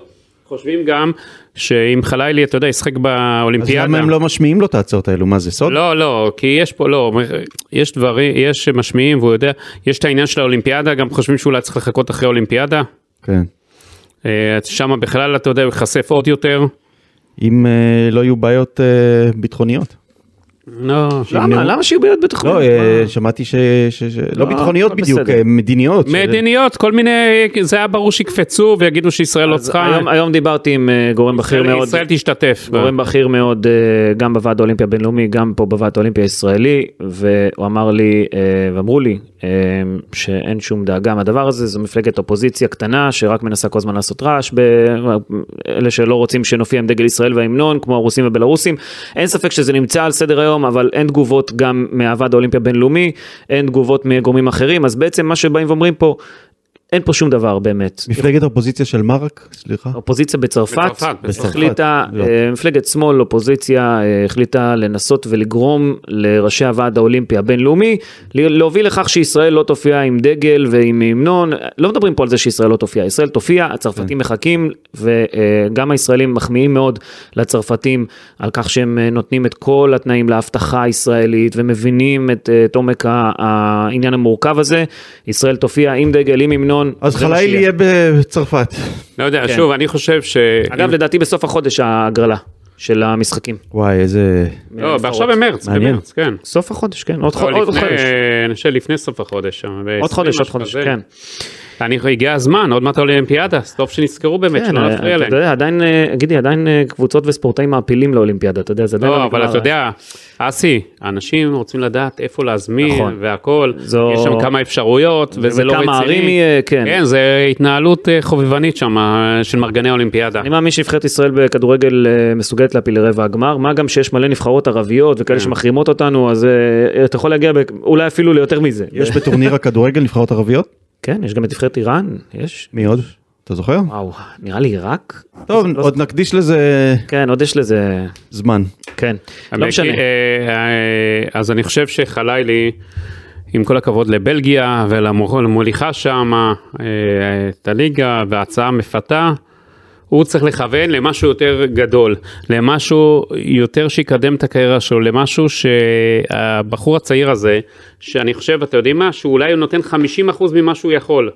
Speaker 3: חושבים גם שאם חלילי, אתה יודע, ישחק
Speaker 2: אז
Speaker 3: באולימפיאדה.
Speaker 2: למה הם לא משמיעים לו את ההצעות האלו? מה זה סוד?
Speaker 3: לא, לא, כי יש פה, לא, יש דברים, יש משמיעים והוא יודע, יש את העניין של האולימפיאדה, גם חושבים שאולי צריך לחכות אחרי האולימפיאדה.
Speaker 2: כן.
Speaker 3: אה, שם בכלל, אתה יודע, הוא ייחשף עוד יותר.
Speaker 2: אם אה, לא יהיו בעיות אה, ביטחוניות.
Speaker 3: לא,
Speaker 1: למה? למה שיהיו בעיות
Speaker 2: לא,
Speaker 1: בתוכנית?
Speaker 2: אה, שמעתי ש... ש- ש- לא ביטחוניות
Speaker 1: הכל
Speaker 2: בדיוק,
Speaker 1: בסדר.
Speaker 2: אה, מדיניות. ש-
Speaker 3: מדיניות, כל מיני, זה היה ברור שיקפצו ויגידו שישראל לא
Speaker 1: אז
Speaker 3: צריכה,
Speaker 1: היום- היום דיברתי עם אה, גורם בכיר
Speaker 3: ישראל
Speaker 1: מאוד.
Speaker 3: ישראל תשתתף.
Speaker 1: גורם בכיר מאוד אה, גם בוועד האולימפי הבינלאומי גם פה בוועד האולימפי הישראלי והוא אמר לי אה, ואמרו לי אה, שאין שום דאגה מהדבר הזה זו מפלגת אופוזיציה קטנה שרק מנסה כל הזמן לעשות רעש ב- אלה שלא רוצים שנופיע עם דגל ישראל וההמנון כמו הרוסים ובלרוסים אין ספק שזה נמצא על סדר היום אבל אין תגובות גם מהוועד האולימפי הבינלאומי אין תגובות מגורמים אחרים אז בעצם מה שבאים ואומרים פה אין פה שום דבר באמת
Speaker 2: מפלגת האופוזיציה של מרק? סליחה.
Speaker 1: אופוזיציה בצרפת,
Speaker 3: בצרפת, בצרפת.
Speaker 1: החליטה,
Speaker 2: אוקיי. לא.
Speaker 1: אה, מפלגת שמאל, אופוזיציה, אה, החליטה לנסות ולגרום לראשי הוועד האולימפי הבינלאומי ל- להוביל לכך שישראל לא תופיע עם דגל ועם המנון. לא מדברים פה על זה שישראל לא תופיע, ישראל תופיע,
Speaker 2: כן.
Speaker 1: הצרפתים מחכים, וגם הישראלים מחמיאים מאוד לצרפתים על כך שהם אה, נותנים את כל התנאים לאבטחה הישראלית ומבינים את אה, את עומק ה- העניין המורכב הזה. ישראל תופיע עם דגל, עם המנון.
Speaker 2: אז
Speaker 1: זה מה
Speaker 2: חלילי
Speaker 1: שיהיה.
Speaker 2: יהיה בצרפת.
Speaker 3: לא יודע,
Speaker 1: כן.
Speaker 3: שוב, אני חושב ש...
Speaker 1: אגב, לדעתי בסוף החודש ההגרלה של המשחקים.
Speaker 2: וואי, איזה...
Speaker 3: לא, ועכשיו במרץ,
Speaker 2: מעניין.
Speaker 3: במרץ, כן.
Speaker 1: סוף החודש, כן, עוד חו-
Speaker 3: לא,
Speaker 1: עוד
Speaker 3: לפני-
Speaker 1: חודש.
Speaker 3: אני חושב לפני סוף החודש. שם, ב-
Speaker 1: עוד
Speaker 3: 20,
Speaker 1: חודש, עוד
Speaker 3: משהו
Speaker 1: חודש,
Speaker 3: כזה.
Speaker 1: כן.
Speaker 3: אני, הגיע הזמן, עוד מעט האולימפיאדה, אז טוב שנזכרו באמת,
Speaker 1: כן,
Speaker 3: שלא
Speaker 1: אה,
Speaker 3: נפריע
Speaker 1: אתה
Speaker 3: להם.
Speaker 1: יודע, עדיין, אה, גידי, עדיין אה, קבוצות וספורטאים מעפילים לאולימפיאדה, אתה יודע, זה עדיין
Speaker 3: לא, אבל
Speaker 1: נגמר.
Speaker 3: אתה יודע, אסי, אנשים רוצים לדעת איפה
Speaker 1: נכון.
Speaker 3: להזמין והכל,
Speaker 1: זו-
Speaker 3: יש שם כמה אפשרויות, וזה לא
Speaker 1: וכמה ערים
Speaker 3: רציני.
Speaker 1: יהיה, כן.
Speaker 3: כן, זה התנהלות אה, חובבנית שם, אה, של מארגני האולימפיאדה.
Speaker 1: אני מאמין שנבחרת ישראל בכדורגל אה, מסוגלת להפיל לרבע הגמר, מה גם שיש מלא נבחרות ערביות
Speaker 3: כן.
Speaker 1: וכאלה שמחרימות אותנו, אז אה, אתה יכול להגיע ב- אולי אפילו ליותר מזה.
Speaker 2: יש בטורניר הכדורגל נבחרות ערביות?
Speaker 1: כן, יש גם את נבחרת איראן, יש.
Speaker 2: מי עוד? אתה זוכר?
Speaker 1: וואו, נראה לי עיראק?
Speaker 2: טוב,
Speaker 1: לא
Speaker 2: עוד נקדיש לזה
Speaker 1: כן, עוד יש לזה,
Speaker 2: זמן.
Speaker 1: כן,
Speaker 3: האמת
Speaker 1: לא משנה.
Speaker 3: היא, אה, אה, אז אני חושב שחלילי, עם כל הכבוד לבלגיה ולמוליכה שם, אה, את הליגה וההצעה מפתה, הוא צריך לכוון למשהו יותר גדול, למשהו יותר שיקדם את הקריירה שלו, למשהו שהבחור הצעיר הזה, שאני חושב, אתה יודעים מה, שאולי הוא נותן 50% ממה שהוא יכול.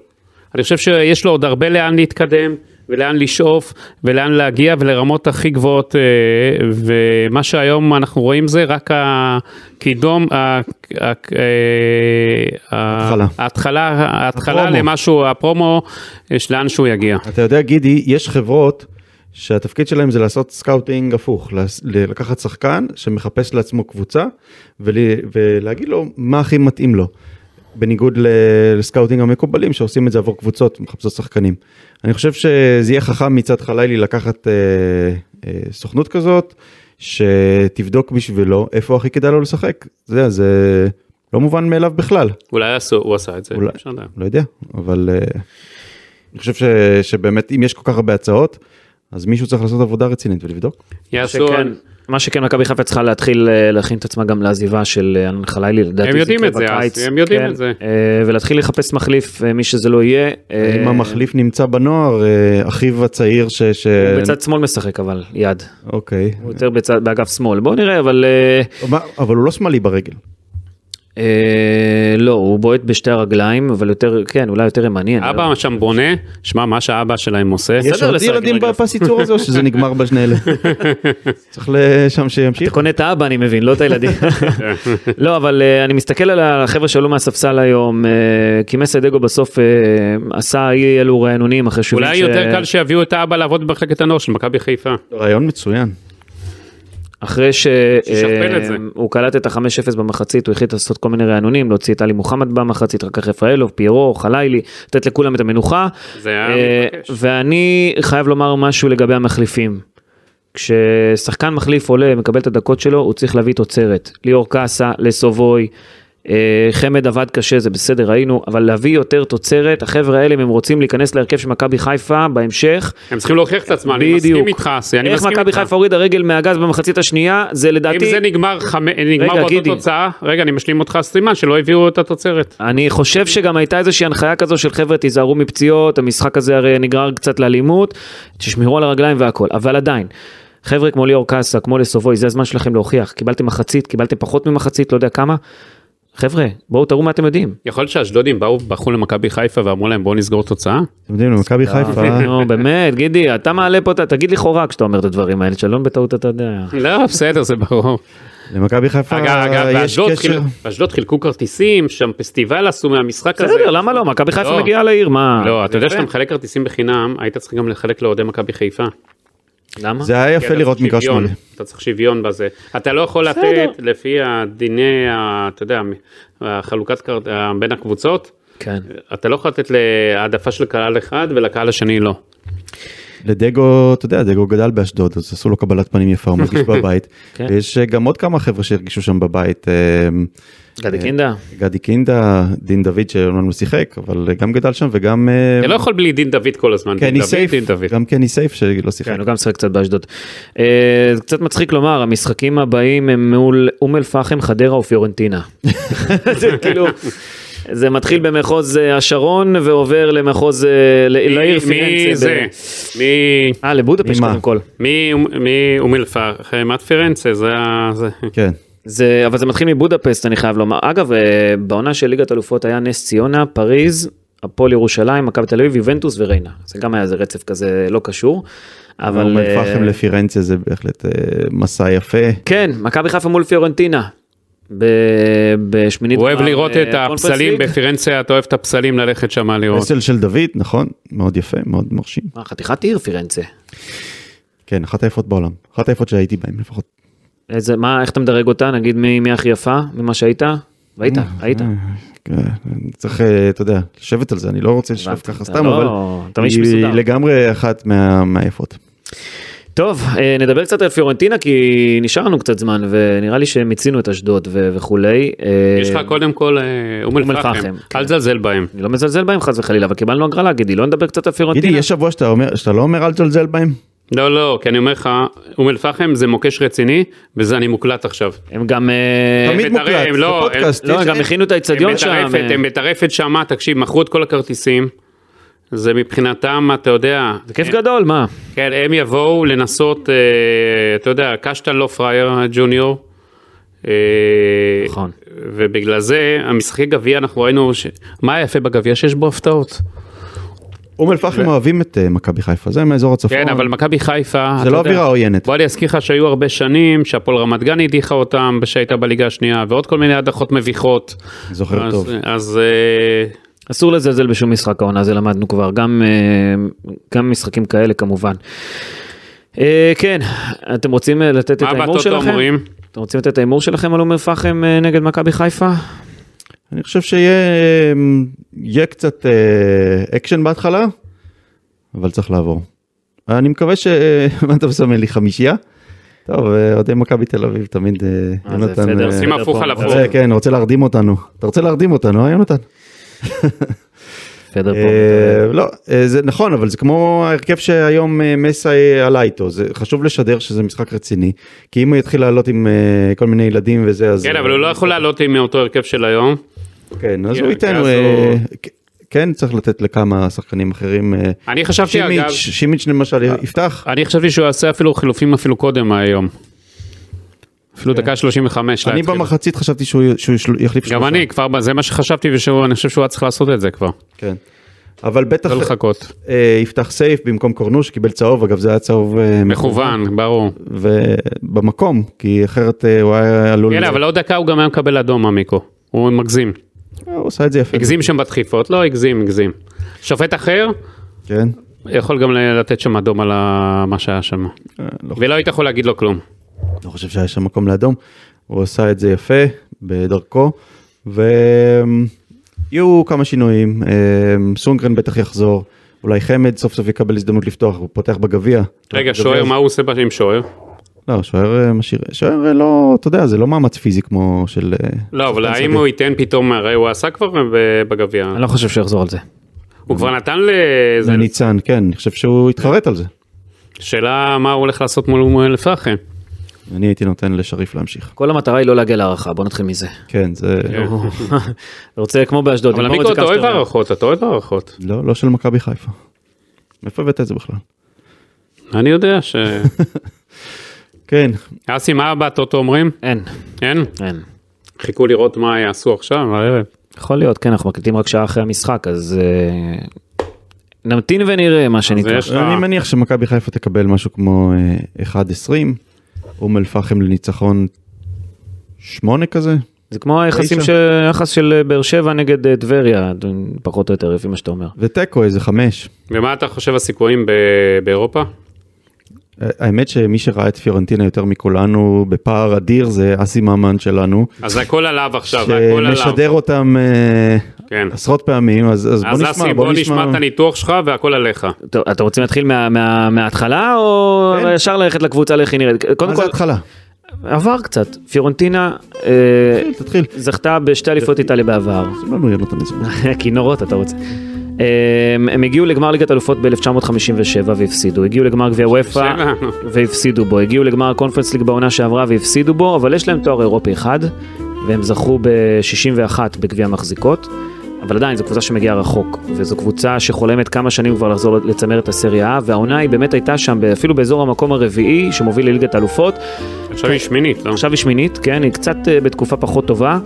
Speaker 3: אני חושב שיש לו עוד הרבה לאן להתקדם, ולאן לשאוף, ולאן להגיע, ולרמות הכי גבוהות, אה, ומה שהיום אנחנו רואים זה רק הקידום, ה- ה- אה,
Speaker 2: ההתחלה.
Speaker 3: ההתחלה, ההתחלה
Speaker 2: הפרומו.
Speaker 3: למשהו, הפרומו, יש לאן שהוא יגיע.
Speaker 2: אתה יודע, גידי, יש חברות שהתפקיד שלהם זה לעשות סקאוטינג הפוך, לס- ל- לקחת שחקן שמחפש לעצמו קבוצה ול, ולהגיד לו מה הכי מתאים לו. בניגוד ל- לסקאוטינג המקובלים שעושים את זה עבור קבוצות מחפשות שחקנים. אני חושב שזה יהיה חכם מצד חלילי לקחת אה, אה, סוכנות כזאת שתבדוק בשבילו איפה הכי כדאי לו לשחק. זה, זה לא מובן מאליו בכלל.
Speaker 3: אולי עשו, הוא עשה את זה,
Speaker 2: אולי.
Speaker 3: אפשר לדעת.
Speaker 2: לא יודע, אבל אה, אני חושב ש, שבאמת אם יש כל כך הרבה הצעות, אז מישהו צריך לעשות עבודה רצינית ולבדוק.
Speaker 3: יעשו,
Speaker 1: שכן, מה שכן מכבי חיפה צריכה להתחיל אה, להכין את עצמה גם לעזיבה של אה, אלון חלילי, לדעתי
Speaker 3: הם יודעים
Speaker 1: יקרה
Speaker 3: את זה, אז
Speaker 1: בקיץ.
Speaker 3: הם יודעים
Speaker 1: כן,
Speaker 3: את זה.
Speaker 1: אה, ולהתחיל לחפש מחליף, אה, מי שזה לא יהיה. אה,
Speaker 2: אם המחליף אה, נמצא בנוער, אה, אחיו הצעיר ש... ש...
Speaker 1: הוא בצד שמאל משחק אבל, יד.
Speaker 2: אוקיי.
Speaker 1: הוא יותר בצד, באגף שמאל. בואו נראה, אבל... אה,
Speaker 2: מה, אבל הוא לא שמאלי ברגל.
Speaker 1: אה, לא, הוא בועט בשתי הרגליים, אבל יותר, כן, אולי יותר ימני. אני לא-
Speaker 3: אבא שם בונה, שמע מה שאבא שלהם עושה,
Speaker 2: יש עוד
Speaker 1: לשחק
Speaker 2: ילדים
Speaker 1: ברגל.
Speaker 2: בפס ייצור הזה או שזה נגמר בשני אלה? צריך ל- שם
Speaker 1: אתה
Speaker 2: שימשיך.
Speaker 1: קונה את האבא אני מבין, לא את הילדים. לא, אבל אה, אני מסתכל על החבר'ה שעלו מהספסל היום, אה, כי מסיידגו בסוף אה, עשה אי אלו רענונים אחרי שהוא...
Speaker 3: אולי
Speaker 1: הבין ש-
Speaker 3: יותר קל שיביאו את האבא לעבוד במחלקת הנוער של מכבי חיפה.
Speaker 2: רעיון מצוין.
Speaker 1: אחרי ש-
Speaker 3: שישכפל
Speaker 1: אה,
Speaker 3: את זה.
Speaker 1: הוא קלט את ה-5-0 במחצית, הוא החליט לעשות כל מיני רענונים, להוציא את עלי מוחמד במחצית, רק אחרי רפאלוב, פיירו, חלילי, לתת לכולם את המנוחה.
Speaker 3: זה היה
Speaker 1: אה,
Speaker 3: מתבקש.
Speaker 1: ואני חייב לומר משהו לגבי המחליפים. כששחקן מחליף עולה, מקבל את הדקות שלו, הוא צריך להביא תוצרת. ליאור קאסה, לסובוי, אה, חמד עבד קשה, זה בסדר, ראינו, אבל להביא יותר תוצרת, החבר'ה האלה, אם הם רוצים להיכנס להרכב של מכבי חיפה בהמשך,
Speaker 3: הם צריכים להוכיח את עצמם, אני מסכים איתך, אסי, אני
Speaker 1: איך
Speaker 3: מסכים
Speaker 1: מכבי
Speaker 3: איתך.
Speaker 1: חיפה הורידה רגל מהגז במחצית השנייה, זה
Speaker 3: אם
Speaker 1: לדעתי...
Speaker 3: זה נגמר חמ- נגמר
Speaker 1: רגע,
Speaker 3: באותה
Speaker 1: גידי.
Speaker 3: תוצאה, רגע, אני משלים אותך סימן שלא הביאו את התוצרת.
Speaker 1: אני חושב שגם הייתה איזושהי הנחיה כזו של חבר'ה תיזהרו מפציעות, המשחק הזה הרי נגרר קצת לאלימות, תשמרו על הרגליים והכל, אבל עדיין. חבר'ה כמו ליאור קאסה, כמו לסובוי, זה הזמן שלכם להוכיח, קיבלתם מחצית, קיבלתם פחות ממחצית, לא יודע כמה. חבר'ה, בואו תראו מה אתם יודעים.
Speaker 3: יכול להיות שהאשדודים באו, בכו למכבי חיפה ואמרו להם בואו נסגור תוצאה?
Speaker 2: אתם יודעים, למכבי חיפה,
Speaker 1: נו באמת, גידי, אתה מעלה פה, את ה- תגיד לכאורה כשאתה אומר את הדברים האלה, שלא בטעות אתה יודע.
Speaker 3: לא, בסדר, זה ברור.
Speaker 2: למכבי
Speaker 1: אה,
Speaker 2: חיפה
Speaker 3: אגב, אגב,
Speaker 2: יש
Speaker 3: באשדוד
Speaker 2: קשר.
Speaker 3: חיל- באשדוד חילקו כרטיסים, שם פסטיבל עשו מהמשחק הזה.
Speaker 1: בסדר, למה לא? מכבי חיפה
Speaker 3: לא.
Speaker 1: מגיעה לעיר, מה?
Speaker 2: אה,
Speaker 3: לא, אתה יודע שאתה מחלק כרטיסים בחינם, היית צריך גם לחלק לאוהדי מכבי חיפה.
Speaker 1: למה?
Speaker 2: זה היה
Speaker 3: כי
Speaker 2: יפה
Speaker 1: כן,
Speaker 3: אתה
Speaker 2: לראות
Speaker 3: צריך
Speaker 2: מגרש
Speaker 3: שוויון,
Speaker 2: מלא.
Speaker 3: אתה צריך שוויון בזה. אתה לא יכול לתת לפי הדיני, ה- אתה יודע, החלוקת כר- ה- בין הקבוצות,
Speaker 1: כן.
Speaker 3: אתה לא יכול לתת להעדפה של קהל אחד ולקהל השני לא.
Speaker 2: לדגו, אתה יודע, דגו גדל באשדוד, אז עשו לו קבלת פנים יפה, הוא מרגיש בבית.
Speaker 1: כן.
Speaker 2: ויש אה, גם עוד כמה חבר'ה שהרגישו שם בבית, אה,
Speaker 1: גדי קינדה?
Speaker 2: גדי קינדה, דין דוד שאומנם לא שיחק, אבל גם גדל שם וגם אה,
Speaker 3: אתה לא יכול בלי דין דוד כל הזמן, דין
Speaker 2: קני
Speaker 3: דוד,
Speaker 2: סייף,
Speaker 3: דין דוד.
Speaker 2: כן, גם קני סייף שלא שיחק.
Speaker 1: כן, הוא גם משחק קצת באשדוד. אה, זה קצת מצחיק לומר, המשחקים הבאים הם מול אום אל פחם, חדרה ופיורנטינה. זה כאילו, זה מתחיל במחוז אה, השרון ועובר למחוז, אה, ל-
Speaker 2: לא
Speaker 3: מי-
Speaker 1: לעיר
Speaker 3: מי
Speaker 1: פירנצה.
Speaker 3: זה?
Speaker 1: ב-
Speaker 3: מי...
Speaker 1: אה, לבודפשט
Speaker 2: ממה?
Speaker 1: קודם כל.
Speaker 3: מאום אל פחם עד פירנצה זה ה... זה-
Speaker 2: כן,
Speaker 1: זה, אבל זה מתחיל מבודפשט, אני חייב לומר. אגב, אה, בעונה של ליגת אלופות היה נס ציונה, פריז, הפועל ירושלים, מכבי תל אביב, יובנטוס וריינה. זה גם היה איזה רצף כזה לא קשור. אבל...
Speaker 2: אום
Speaker 1: אה,
Speaker 2: אל פחם לפירנצה זה בהחלט אה, מסע יפה.
Speaker 1: כן, מכבי חיפה מול פיורנטינה. ב- בשמינית...
Speaker 3: הוא אוהב
Speaker 1: גמר,
Speaker 3: לראות
Speaker 1: אה,
Speaker 3: את
Speaker 1: קונפרנס
Speaker 3: הפסלים
Speaker 1: ליג.
Speaker 3: בפירנצה, אתה אוהב את הפסלים ללכת שם לראות.
Speaker 2: פסל של דוד, נכון, מאוד יפה, מאוד מרשים.
Speaker 1: מה, חתיכת עיר פירנצה.
Speaker 2: כן, אחת היפות בעולם, אחת היפות שהייתי בהן לפחות.
Speaker 1: איזה, מה, איך אתה מדרג אותה? נגיד מי מי הכי יפה ממה שהיית? והיית, היית.
Speaker 2: אה, כן, צריך, אה, אתה יודע, לשבת על זה, אני לא רוצה לשבת
Speaker 1: הבנתי,
Speaker 2: ככה
Speaker 1: אתה
Speaker 2: סתם,
Speaker 1: לא-
Speaker 2: אבל
Speaker 1: אתה איש
Speaker 2: היא
Speaker 1: מסודר.
Speaker 2: לגמרי אחת מה- מהיפות.
Speaker 1: טוב, אה, נדבר קצת על פיורנטינה כי נשאר לנו קצת זמן ונראה לי שמיצינו את אשדוד ו- וכולי. אה,
Speaker 3: יש לך קודם כל אה, אום אל פחם,
Speaker 1: כן.
Speaker 3: אל תזלזל בהם.
Speaker 1: אני לא מזלזל בהם חס וחלילה, אבל קיבלנו הגרלה, גידי, לא נדבר קצת על
Speaker 2: גידי,
Speaker 1: פיורנטינה?
Speaker 2: יש שבוע שאתה אומר, שאתה לא אומר אל תזלזל בהם?
Speaker 1: אה,
Speaker 3: לא לא כי אני אומר לך אום אל פחם זה מוקש רציני וזה אני מוקלט עכשיו.
Speaker 1: הם גם... אה,
Speaker 2: תמיד
Speaker 3: בטרם,
Speaker 2: מוקלט, זה
Speaker 3: לא,
Speaker 2: פודקאסט. אה,
Speaker 1: לא, הם
Speaker 2: יש-
Speaker 1: גם הכינו את
Speaker 3: הם
Speaker 1: האיצטדיון שם.
Speaker 3: בטרפת
Speaker 1: אה,
Speaker 3: הם בטרפת שמה תקשיב מכרו את כל הכרטיסים. זה מבחינתם, אתה יודע, אה,
Speaker 1: זה כיף גדול, מה?
Speaker 3: כן, הם יבואו לנסות, אה, אתה יודע, קשטה לא פראייר הג'וניור. אה,
Speaker 1: נכון.
Speaker 3: ובגלל זה, המשחקי גביע, אנחנו ראינו, ש... מה היפה בגביע? שיש בו הפתעות.
Speaker 2: אום אל פחם אוהבים את אה, מכבי חיפה, זה מאזור הצפון.
Speaker 3: כן, אבל מכבי חיפה, אתה
Speaker 2: נכון. לא
Speaker 3: יודע,
Speaker 2: אווירה עוינת.
Speaker 3: בוא אני אזכיר לך שהיו הרבה שנים שהפועל רמת גן הדיחה אותם שהייתה בליגה השנייה, ועוד כל מיני הדחות מביכות.
Speaker 2: זוכר
Speaker 3: אז-
Speaker 2: טוב.
Speaker 3: אז אה,
Speaker 1: אסור לזלזל בשום משחק העונה, זה למדנו כבר, גם, אה, גם משחקים כאלה כמובן. אה, כן, אתם רוצים אה, לתת את
Speaker 3: מה
Speaker 1: ההימור
Speaker 3: בטוטו
Speaker 1: שלכם?
Speaker 3: אומרים?
Speaker 1: אתם רוצים לתת את ההימור שלכם על אום אל פחם אה, נגד מכבי חיפה?
Speaker 2: אני חושב שיהיה אה, יהיה קצת אה, אקשן בהתחלה, אבל צריך לעבור. אני מקווה ש... אה, מה אתה מסמן לי? חמישייה? טוב, אה, אוהדי מכבי תל אביב תמיד אה,
Speaker 1: אה, זה
Speaker 2: יונתן...
Speaker 1: בסדר,
Speaker 2: אה,
Speaker 1: בסדר
Speaker 3: עושים הפוך
Speaker 1: פה.
Speaker 3: על הפוך.
Speaker 2: רוצה- כן, רוצה להרדים אותנו. אתה רוצה להרדים אותנו, אה יונתן?
Speaker 1: בסדר, פה.
Speaker 2: אה, לא, אה, זה נכון, אבל זה כמו ההרכב שהיום אה, מסה אה, עלה איתו. זה חשוב לשדר שזה משחק רציני, כי אם הוא יתחיל לעלות עם אה, כל מיני ילדים וזה, אז...
Speaker 3: כן, אבל הוא לא יכול לעלות עם אותו הרכב של היום.
Speaker 2: כן, אז
Speaker 3: כן,
Speaker 2: הוא ייתן,
Speaker 3: אז
Speaker 2: אה,
Speaker 3: הוא-
Speaker 2: כ- כן צריך לתת לכמה שחקנים אחרים, אה,
Speaker 3: אני חשבתי
Speaker 2: שימיץ',
Speaker 3: אגב, אה,
Speaker 2: שימיץ' למשל יפתח,
Speaker 3: אני חשבתי שהוא יעשה אפילו חילופים אפילו קודם מהיום. אפילו דקה 35
Speaker 2: כן. אני
Speaker 3: אה, להתחיל.
Speaker 2: במחצית חשבתי שהוא שהוא של- יחליף שלושה,
Speaker 3: גם אני כבר, זה מה שחשבתי, ואני חושב שהוא היה צריך לעשות את זה כבר.
Speaker 2: כן. אבל בטח
Speaker 3: לא לחכות.
Speaker 2: אה, יפתח סייף במקום קורנוש שקיבל צהוב, אגב זה היה צהוב אה,
Speaker 3: מכוון, ברור.
Speaker 2: לא ובמקום, כי אחרת אה, הוא היה עלול,
Speaker 3: כן, אבל עוד דקה הוא גם היה מקבל אדום, המיקו. הוא מגזים.
Speaker 2: אה, הוא עשה את זה יפה,
Speaker 3: הגזים שם בדחיפות, לא הגזים, הגזים. שופט אחר
Speaker 2: כן,
Speaker 3: יכול גם ל- לתת שם אדום על ה- מה שהיה שם.
Speaker 2: אה, לא-
Speaker 3: ולא היית יכול להגיד לו כלום.
Speaker 2: לא חושב שהיה שם מקום לאדום, הוא עשה את זה יפה בדרכו, ויהיו כמה שינויים, אמ, סונגרן בטח יחזור, אולי חמד סוף סוף יקבל הזדמנות לפתוח, הוא פותח בגביע.
Speaker 3: רגע,
Speaker 2: בגביע
Speaker 3: שוער,
Speaker 2: זה-
Speaker 3: מה הוא עושה בה- עם שוער?
Speaker 2: לא, שוער אה, משאיר, שוער אה, לא, אתה יודע, זה לא מאמץ פיזי כמו של... אה,
Speaker 3: לא, אבל
Speaker 2: שחקן
Speaker 3: האם
Speaker 2: שדה.
Speaker 3: הוא ייתן פתאום, הרי הוא עשה כבר ב- בגביע.
Speaker 1: אני לא חושב שיחזור על זה.
Speaker 3: הוא כבר נתן לאיזה...
Speaker 2: לניצן, כן, לא- אני חושב שהוא התחרט על זה.
Speaker 3: שאלה מה הוא הולך לעשות מול אום אל פחם.
Speaker 2: אני הייתי נותן לשריף להמשיך.
Speaker 1: כל המטרה היא לא להגיע להערכה, בוא נתחיל מזה.
Speaker 2: כן, זה...
Speaker 1: אתה רוצה כמו באשדוד,
Speaker 3: אבל
Speaker 1: לגמור את
Speaker 3: המיקרו,
Speaker 1: זה
Speaker 3: אתה
Speaker 1: כמה
Speaker 3: אוהב
Speaker 1: שיותר מהר.
Speaker 3: הערכות, אתה אוהב הערכות.
Speaker 2: לא, לא של מכבי חיפה. מאיפה הבאת את זה בכלל?
Speaker 3: אני יודע ש...
Speaker 2: כן,
Speaker 3: אסי, מה בטוטו אומרים?
Speaker 1: אין,
Speaker 3: אין?
Speaker 1: אין.
Speaker 3: חיכו לראות מה יעשו עכשיו, הערב.
Speaker 1: יכול להיות, כן, אנחנו מקליטים רק שעה אחרי המשחק, אז אה, נמתין ונראה מה שנקרא.
Speaker 3: יש-
Speaker 2: אני מניח שמכבי חיפה תקבל משהו כמו אה, 1-20, אום אל פחם לניצחון 8 כזה.
Speaker 1: זה כמו היחסים
Speaker 2: תשע.
Speaker 1: של, היחס של אה, באר שבע נגד אה, טבריה, פחות או יותר, לפי מה שאתה אומר.
Speaker 2: ותיקו איזה 5.
Speaker 3: ומה אתה חושב הסיכויים ב- באירופה?
Speaker 2: אה, האמת שמי שראה את פיורנטינה יותר מכולנו בפער אדיר זה אסי ממן שלנו,
Speaker 3: אז הכל עליו עכשיו, הכל עליו.
Speaker 2: שמשדר אותם אה,
Speaker 3: כן.
Speaker 2: עשרות פעמים, אז אז
Speaker 3: אז
Speaker 2: בוא נשמע,
Speaker 3: אסי, בוא נשמע את הניתוח שלך והכל עליך.
Speaker 1: טוב, אתם רוצים להתחיל מה, מה, מההתחלה, או
Speaker 2: כן.
Speaker 1: ישר ללכת לקבוצה לאיך היא נראית?
Speaker 2: מה
Speaker 1: קודם
Speaker 2: זה
Speaker 1: כל,
Speaker 2: ההתחלה?
Speaker 1: עבר קצת. פיורנטינה אה,
Speaker 2: תתחיל, תתחיל.
Speaker 1: זכתה בשתי אליפות איטליה בעבר.
Speaker 2: שים לנו יונתן עצמו.
Speaker 1: כינורות אתה רוצה. אה, הם, הם הגיעו לגמר ליגת אלופות ב-1957 והפסידו, הגיעו לגמר גביע וופא
Speaker 3: בסדר.
Speaker 1: והפסידו בו, הגיעו לגמר הקונפרנס ליג בעונה שעברה והפסידו בו, אבל יש להם תואר אירופי אחד, והם זכו ב-61 בגביע מחזיקות, אבל עדיין זו קבוצה שמגיעה רחוק, וזו קבוצה שחולמת כמה שנים כבר לחזור לצמרת הסריה A, והעונה היא באמת הייתה שם, אפילו באזור המקום הרביעי שמוביל לליגת אלופות,
Speaker 3: עכשיו היא שמינית, לא?
Speaker 1: עכשיו היא שמינית, כן, היא קצת אה, בתקופה פחות טובה.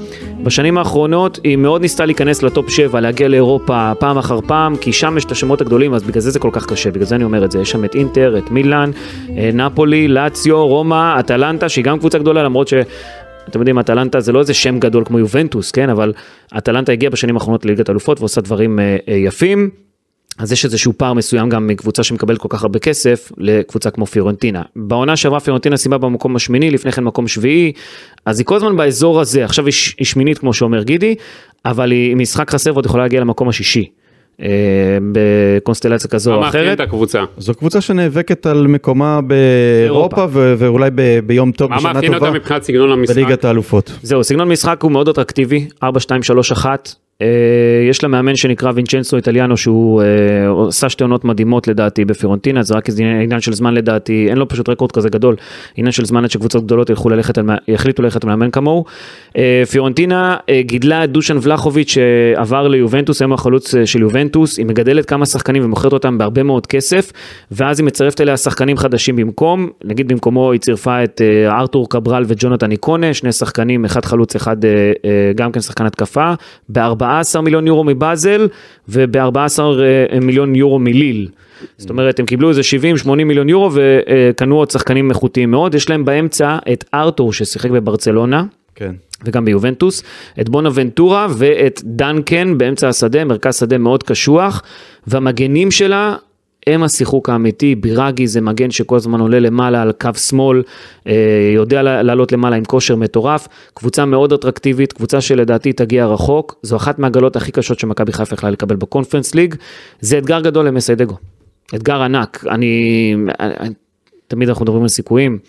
Speaker 1: בשנים האחרונות היא מאוד ניסתה להיכנס לטופ 7, להגיע לאירופה פעם אחר פעם, כי שם יש את השמות הגדולים, אז בגלל זה זה כל כך קשה, בגלל זה אני אומר את זה. יש שם את אינטר, את מילאן, אה, נפולי, לאציו, רומא, אטלנטה, שהיא גם קבוצה גדולה, למרות ש... אתם יודעים, אטלנטה זה לא איזה שם גדול כמו יובנטוס, כן? אבל אטלנטה הגיעה בשנים האחרונות לליגת אלופות ועושה דברים אה, אה, יפים. אז יש איזשהו פער מסוים גם מקבוצה שמקבלת כל כך הרבה כסף לקבוצה כמו פיורנטינה. בעונה שעברה פיורנטינה סיימה במקום השמיני, לפני כן מקום שביעי, אז היא כל הזמן באזור הזה, עכשיו היא, ש- היא שמינית כמו שאומר גידי, אבל היא עם משחק חסר ועוד יכולה להגיע למקום השישי. אה, בקונסטלציה כזו או
Speaker 3: מה מאפיין
Speaker 1: אחרת.
Speaker 3: את הקבוצה?
Speaker 2: זו קבוצה שנאבקת על מקומה באירופה ו- ואולי ב- ביום טוב,
Speaker 3: מה
Speaker 2: בשנה
Speaker 3: מאפיין
Speaker 2: טובה,
Speaker 3: אותה מבחינת סגנון המשחק?
Speaker 2: בליגת האלופות.
Speaker 1: זהו, סגנון משחק הוא מאוד אטרקטיבי, 4-2-3-1, אה, יש לה מאמן שנקרא וינצ'נסו איטליאנו שהוא אה, עשה שתי עונות מדהימות לדעתי בפירונטינה, זה רק עניין עניין של זמן לדעתי, אין לו פשוט רקורד כזה גדול, עניין של זמן עד שקבוצות גדולות ילכו ללכת על, מא- יחליטו ללכת על מאמן כמוהו. אה, פיורנטינה אה, גידלה את דושן ולחוביץ' שעבר ליובנטוס, היום החלוץ אה, של יובנטוס, היא מגדלת כמה שחקנים ומוכרת אותם בהרבה מאוד כסף, ואז היא מצרפת אליה שחקנים חדשים במקום, נגיד במקומו היא צירפה את אה, ארתור קברל וג'ונתן איקונה, שני שחקנים, אחד חלוץ, אחד אה, אה, גם כן שחקן התקפה, ב-14 מיליון יורו מבאזל וב-14 אה, מיליון יורו מליל. זאת אומרת, הם קיבלו איזה 70-80 מיליון יורו וקנו עוד שחקנים איכותיים מאוד, יש להם באמצע את ארתור ששיחק בברצלונה.
Speaker 2: כן.
Speaker 1: וגם ביובנטוס, את בונאבנטורה ואת דנקן באמצע השדה, מרכז שדה מאוד קשוח, והמגנים שלה הם השיחוק האמיתי, בירגי זה מגן שכל הזמן עולה למעלה על קו שמאל, אה, יודע לה- לעלות למעלה עם כושר מטורף, קבוצה מאוד אטרקטיבית, קבוצה שלדעתי תגיע רחוק, זו אחת מהגלות הכי קשות שמכבי חיפה יכלה לקבל בקונפרנס ליג, זה אתגר גדול למסיידגו, אתגר ענק, אני, אני, תמיד אנחנו מדברים על סיכויים,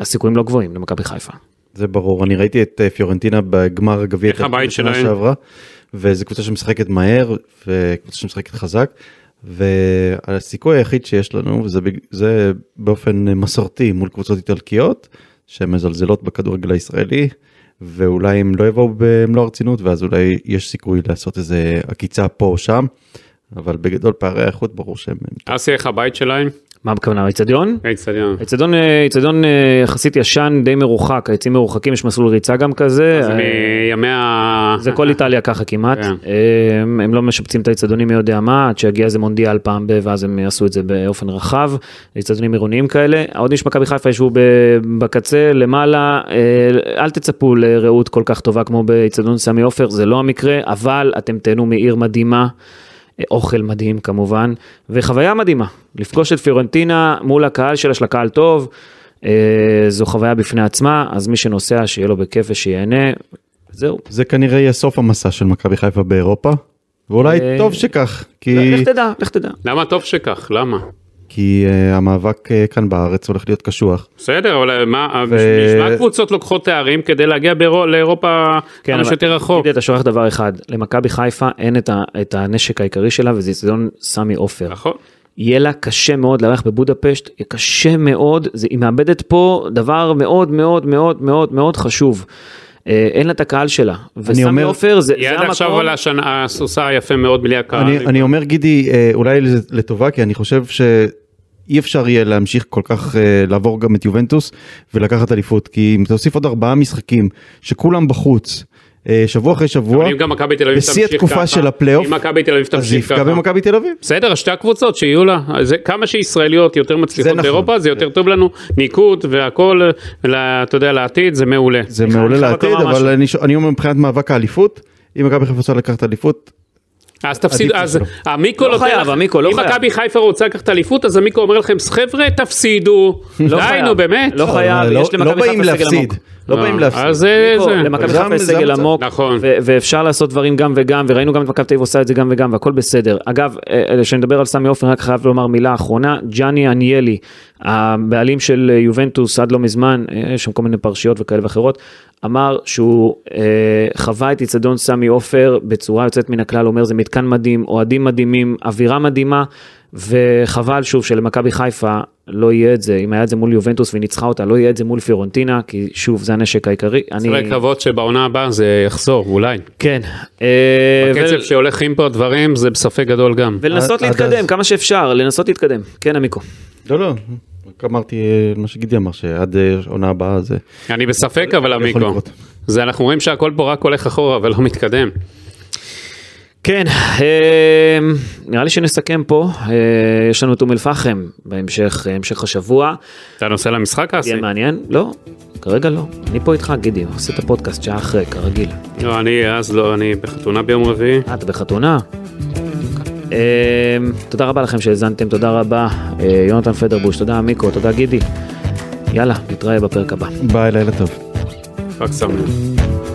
Speaker 1: הסיכויים לא גבוהים למכבי חיפה.
Speaker 2: זה ברור, אני ראיתי את אה, פיורנטינה בגמר הגביע
Speaker 3: איך הבית
Speaker 2: בשנה
Speaker 3: שלהם?
Speaker 2: שעברה, וזו קבוצה שמשחקת מהר, וקבוצה שמשחקת חזק, והסיכוי היחיד שיש לנו, וזה בג- זה באופן אה, מסורתי מול קבוצות איטלקיות, שמזלזלות בכדורגל הישראלי, ואולי הם לא יבואו במלוא הרצינות, ואז אולי יש סיכוי לעשות איזה עקיצה פה או שם, אבל בגדול פערי האיכות ברור שהם...
Speaker 3: אסי, איך הבית שלהם?
Speaker 1: מה הכוונה, האיצטדיון?
Speaker 3: האיצטדיון.
Speaker 1: האיצטדיון אה, האיצטדיון אה, יחסית ישן, די מרוחק, העצים מרוחקים, יש מסלול ריצה גם כזה.
Speaker 3: זה
Speaker 1: אה,
Speaker 3: מימי ה...
Speaker 1: זה כל איטליה ככה כמעט,
Speaker 3: כן.
Speaker 1: אה, הם- הם לא משפצים את האיצטדיונים מי יודע מה, עד שיגיע איזה מונדיאל פעם ב... ואז הם יעשו את זה באופן רחב, איצטדיונים עירוניים כאלה. האוהדים של מכבי חיפה ישבו ב- בקצה למעלה, אה, אל תצפו לרעות כל כך טובה כמו באיצטדיון סמי עופר, זה לא המקרה, אבל אתם תהנו מעיר מדהימה. אה, אוכל מדהים כמובן, וחוויה מדהימה, לפגוש את פיורנטינה מול הקהל שלה, של הקהל טוב, אה, זו חוויה בפני עצמה, אז מי שנוסע שיהיה לו בכיף ושיהנה, זהו.
Speaker 2: זה כנראה יהיה סוף המסע של מכבי חיפה באירופה, ואולי
Speaker 1: אה,
Speaker 2: טוב שכך,
Speaker 3: לא,
Speaker 2: כי...
Speaker 1: לך תדע, לך תדע.
Speaker 3: למה טוב שכך? למה?
Speaker 2: כי uh, המאבק uh, כאן בארץ הולך להיות קשוח.
Speaker 3: בסדר, אבל מה,
Speaker 2: ו-
Speaker 3: בשביל מה קבוצות לוקחות תארים כדי להגיע באירו- לאירופה
Speaker 2: כן,
Speaker 3: כמה
Speaker 1: אבל-
Speaker 3: שיותר רחוק?
Speaker 1: תגיד, אתה שוכח דבר אחד, למכבי חיפה אין את, ה, את הנשק העיקרי שלה וזה אצטדיון סמי עופר.
Speaker 3: נכון.
Speaker 1: יהיה לה קשה מאוד לארח בבודפשט, יהיה קשה מאוד, זה, היא מאבדת פה דבר מאוד מאוד מאוד מאוד מאוד חשוב. אה, אין לה את הקהל שלה, וסמי
Speaker 2: אומר-
Speaker 1: עופר זה,
Speaker 3: היא
Speaker 1: זה
Speaker 3: עד עכשיו
Speaker 1: המקום,
Speaker 3: אבל השנה הסוסה יפה מאוד בלי
Speaker 1: כן,
Speaker 3: הקהל.
Speaker 2: אני, אני אומר גידי אה, אולי לזה- לטובה כי אני חושב שאי אפשר יהיה להמשיך כל כך אה, לעבור גם את יובנטוס ולקחת אליפות כי אם תוסיף עוד ארבעה משחקים שכולם בחוץ אה, שבוע אחרי שבוע
Speaker 3: אבל אם גם מכבי תל אביב
Speaker 2: בשיא
Speaker 3: תמשיך
Speaker 2: התקופה
Speaker 3: ככה,
Speaker 2: של הפלייאוף,
Speaker 3: אם מכבי תל אביב
Speaker 2: אז זה
Speaker 3: תמשיך
Speaker 2: יפגע
Speaker 3: ככה.
Speaker 2: במכבי תל אביב.
Speaker 3: בסדר, שתי הקבוצות שיהיו לה, זה, כמה שישראליות יותר
Speaker 2: זה
Speaker 3: מצליחות
Speaker 2: נכון.
Speaker 3: באירופה, זה יותר טוב לנו, ניקוד והכל, ל- אתה יודע, לעתיד, זה מעולה.
Speaker 2: זה
Speaker 1: אני
Speaker 2: מעולה
Speaker 1: חייב
Speaker 2: לעתיד
Speaker 1: לומר משהו.
Speaker 2: אבל אני, ש- אני אומר מבחינת מאבק האליפות אם מכבי חיפה רוצה לקחת אליפות
Speaker 3: אז תפסיד,
Speaker 2: עדיף
Speaker 3: אז
Speaker 2: שלא.
Speaker 3: המיקרו
Speaker 1: לא
Speaker 3: נותן
Speaker 1: חייב,
Speaker 3: לך-
Speaker 1: המיקרו, לא
Speaker 3: אם
Speaker 1: חייב.
Speaker 3: מכבי חיפה רוצה לקחת אליפות, אז המיקרו אומר לכם, חבר'ה, תפסידו.
Speaker 1: לא
Speaker 3: די,
Speaker 1: חייב,
Speaker 3: נו, באמת. אה,
Speaker 1: לא חייב,
Speaker 2: לא,
Speaker 1: יש
Speaker 2: לא
Speaker 1: למכבי
Speaker 2: באים
Speaker 1: חיפה סגל
Speaker 2: להפסיד
Speaker 1: עמוק. אה,
Speaker 2: לא באים להפסיד.
Speaker 3: אז זה,
Speaker 1: ניקו,
Speaker 3: זה.
Speaker 1: למכבי
Speaker 2: זה
Speaker 1: חיפה יש
Speaker 2: המצב.
Speaker 1: סגל עמוק,
Speaker 3: נכון.
Speaker 1: ו- ואפשר לעשות דברים גם וגם, וראינו גם את מכבי תל אביב עושה את זה גם וגם, והכל בסדר. אגב, אה, כשאני מדבר על סמי עופר, רק חייב לומר מילה אחרונה, ג'אני אניאלי, הבעלים של אה, יובנטוס עד לא מזמן, אה, יש שם כל מיני פרשיות וכאלה ואחרות, אמר שהוא אה, חווה את איצטדיון סמי עופר בצורה יוצאת מן הכלל, הוא אומר זה מתקן מדהים, אוהדים מדהימים, אווירה מדהימה. וחבל שוב שלמכבי חיפה לא יהיה את זה, אם היה את זה מול יובנטוס והיא ניצחה אותה, לא יהיה את זה מול פיורנטינה, כי שוב זה הנשק העיקרי. אני-
Speaker 3: אני... לקוות שבעונה הבאה זה יחזור, אולי.
Speaker 1: כן. אה,
Speaker 3: בקצב
Speaker 1: ול-
Speaker 3: שהולכים פה הדברים, זה בספק גדול גם.
Speaker 1: ולנסות
Speaker 2: עד- עד
Speaker 1: להתקדם
Speaker 2: אז.
Speaker 1: כמה שאפשר, לנסות להתקדם. כן, עמיקו.
Speaker 2: לא לא רק אמרתי אה, מה שגידי אמר שעד אה, עונה הבאה זה
Speaker 3: אני בספק, אבל
Speaker 2: יכול
Speaker 3: המיקרו.
Speaker 2: לקרות.
Speaker 3: זה אנחנו רואים שהכל פה רק הולך אחורה ולא מתקדם.
Speaker 1: כן, אה, נראה לי שנסכם פה. אה, יש לנו את אום אל-פחם בהמשך, אה, המשך השבוע.
Speaker 3: אתה נוסע למשחק אסי?
Speaker 1: יהיה מעניין? לא, כרגע לא. אני פה איתך, גידי, עושה את הפודקאסט שעה אחרי, כרגיל.
Speaker 3: לא, אני אז לא, אני בחתונה ביום רביעי.
Speaker 1: אה, אתה בחתונה? אה, תודה רבה לכם שהאזנתם, תודה רבה אה, יונתן פדרבוש, תודה עמיקו, תודה גידי. יאללה, נתראה בפרק הבא.
Speaker 2: ביי לילה טוב.
Speaker 3: רק שמח.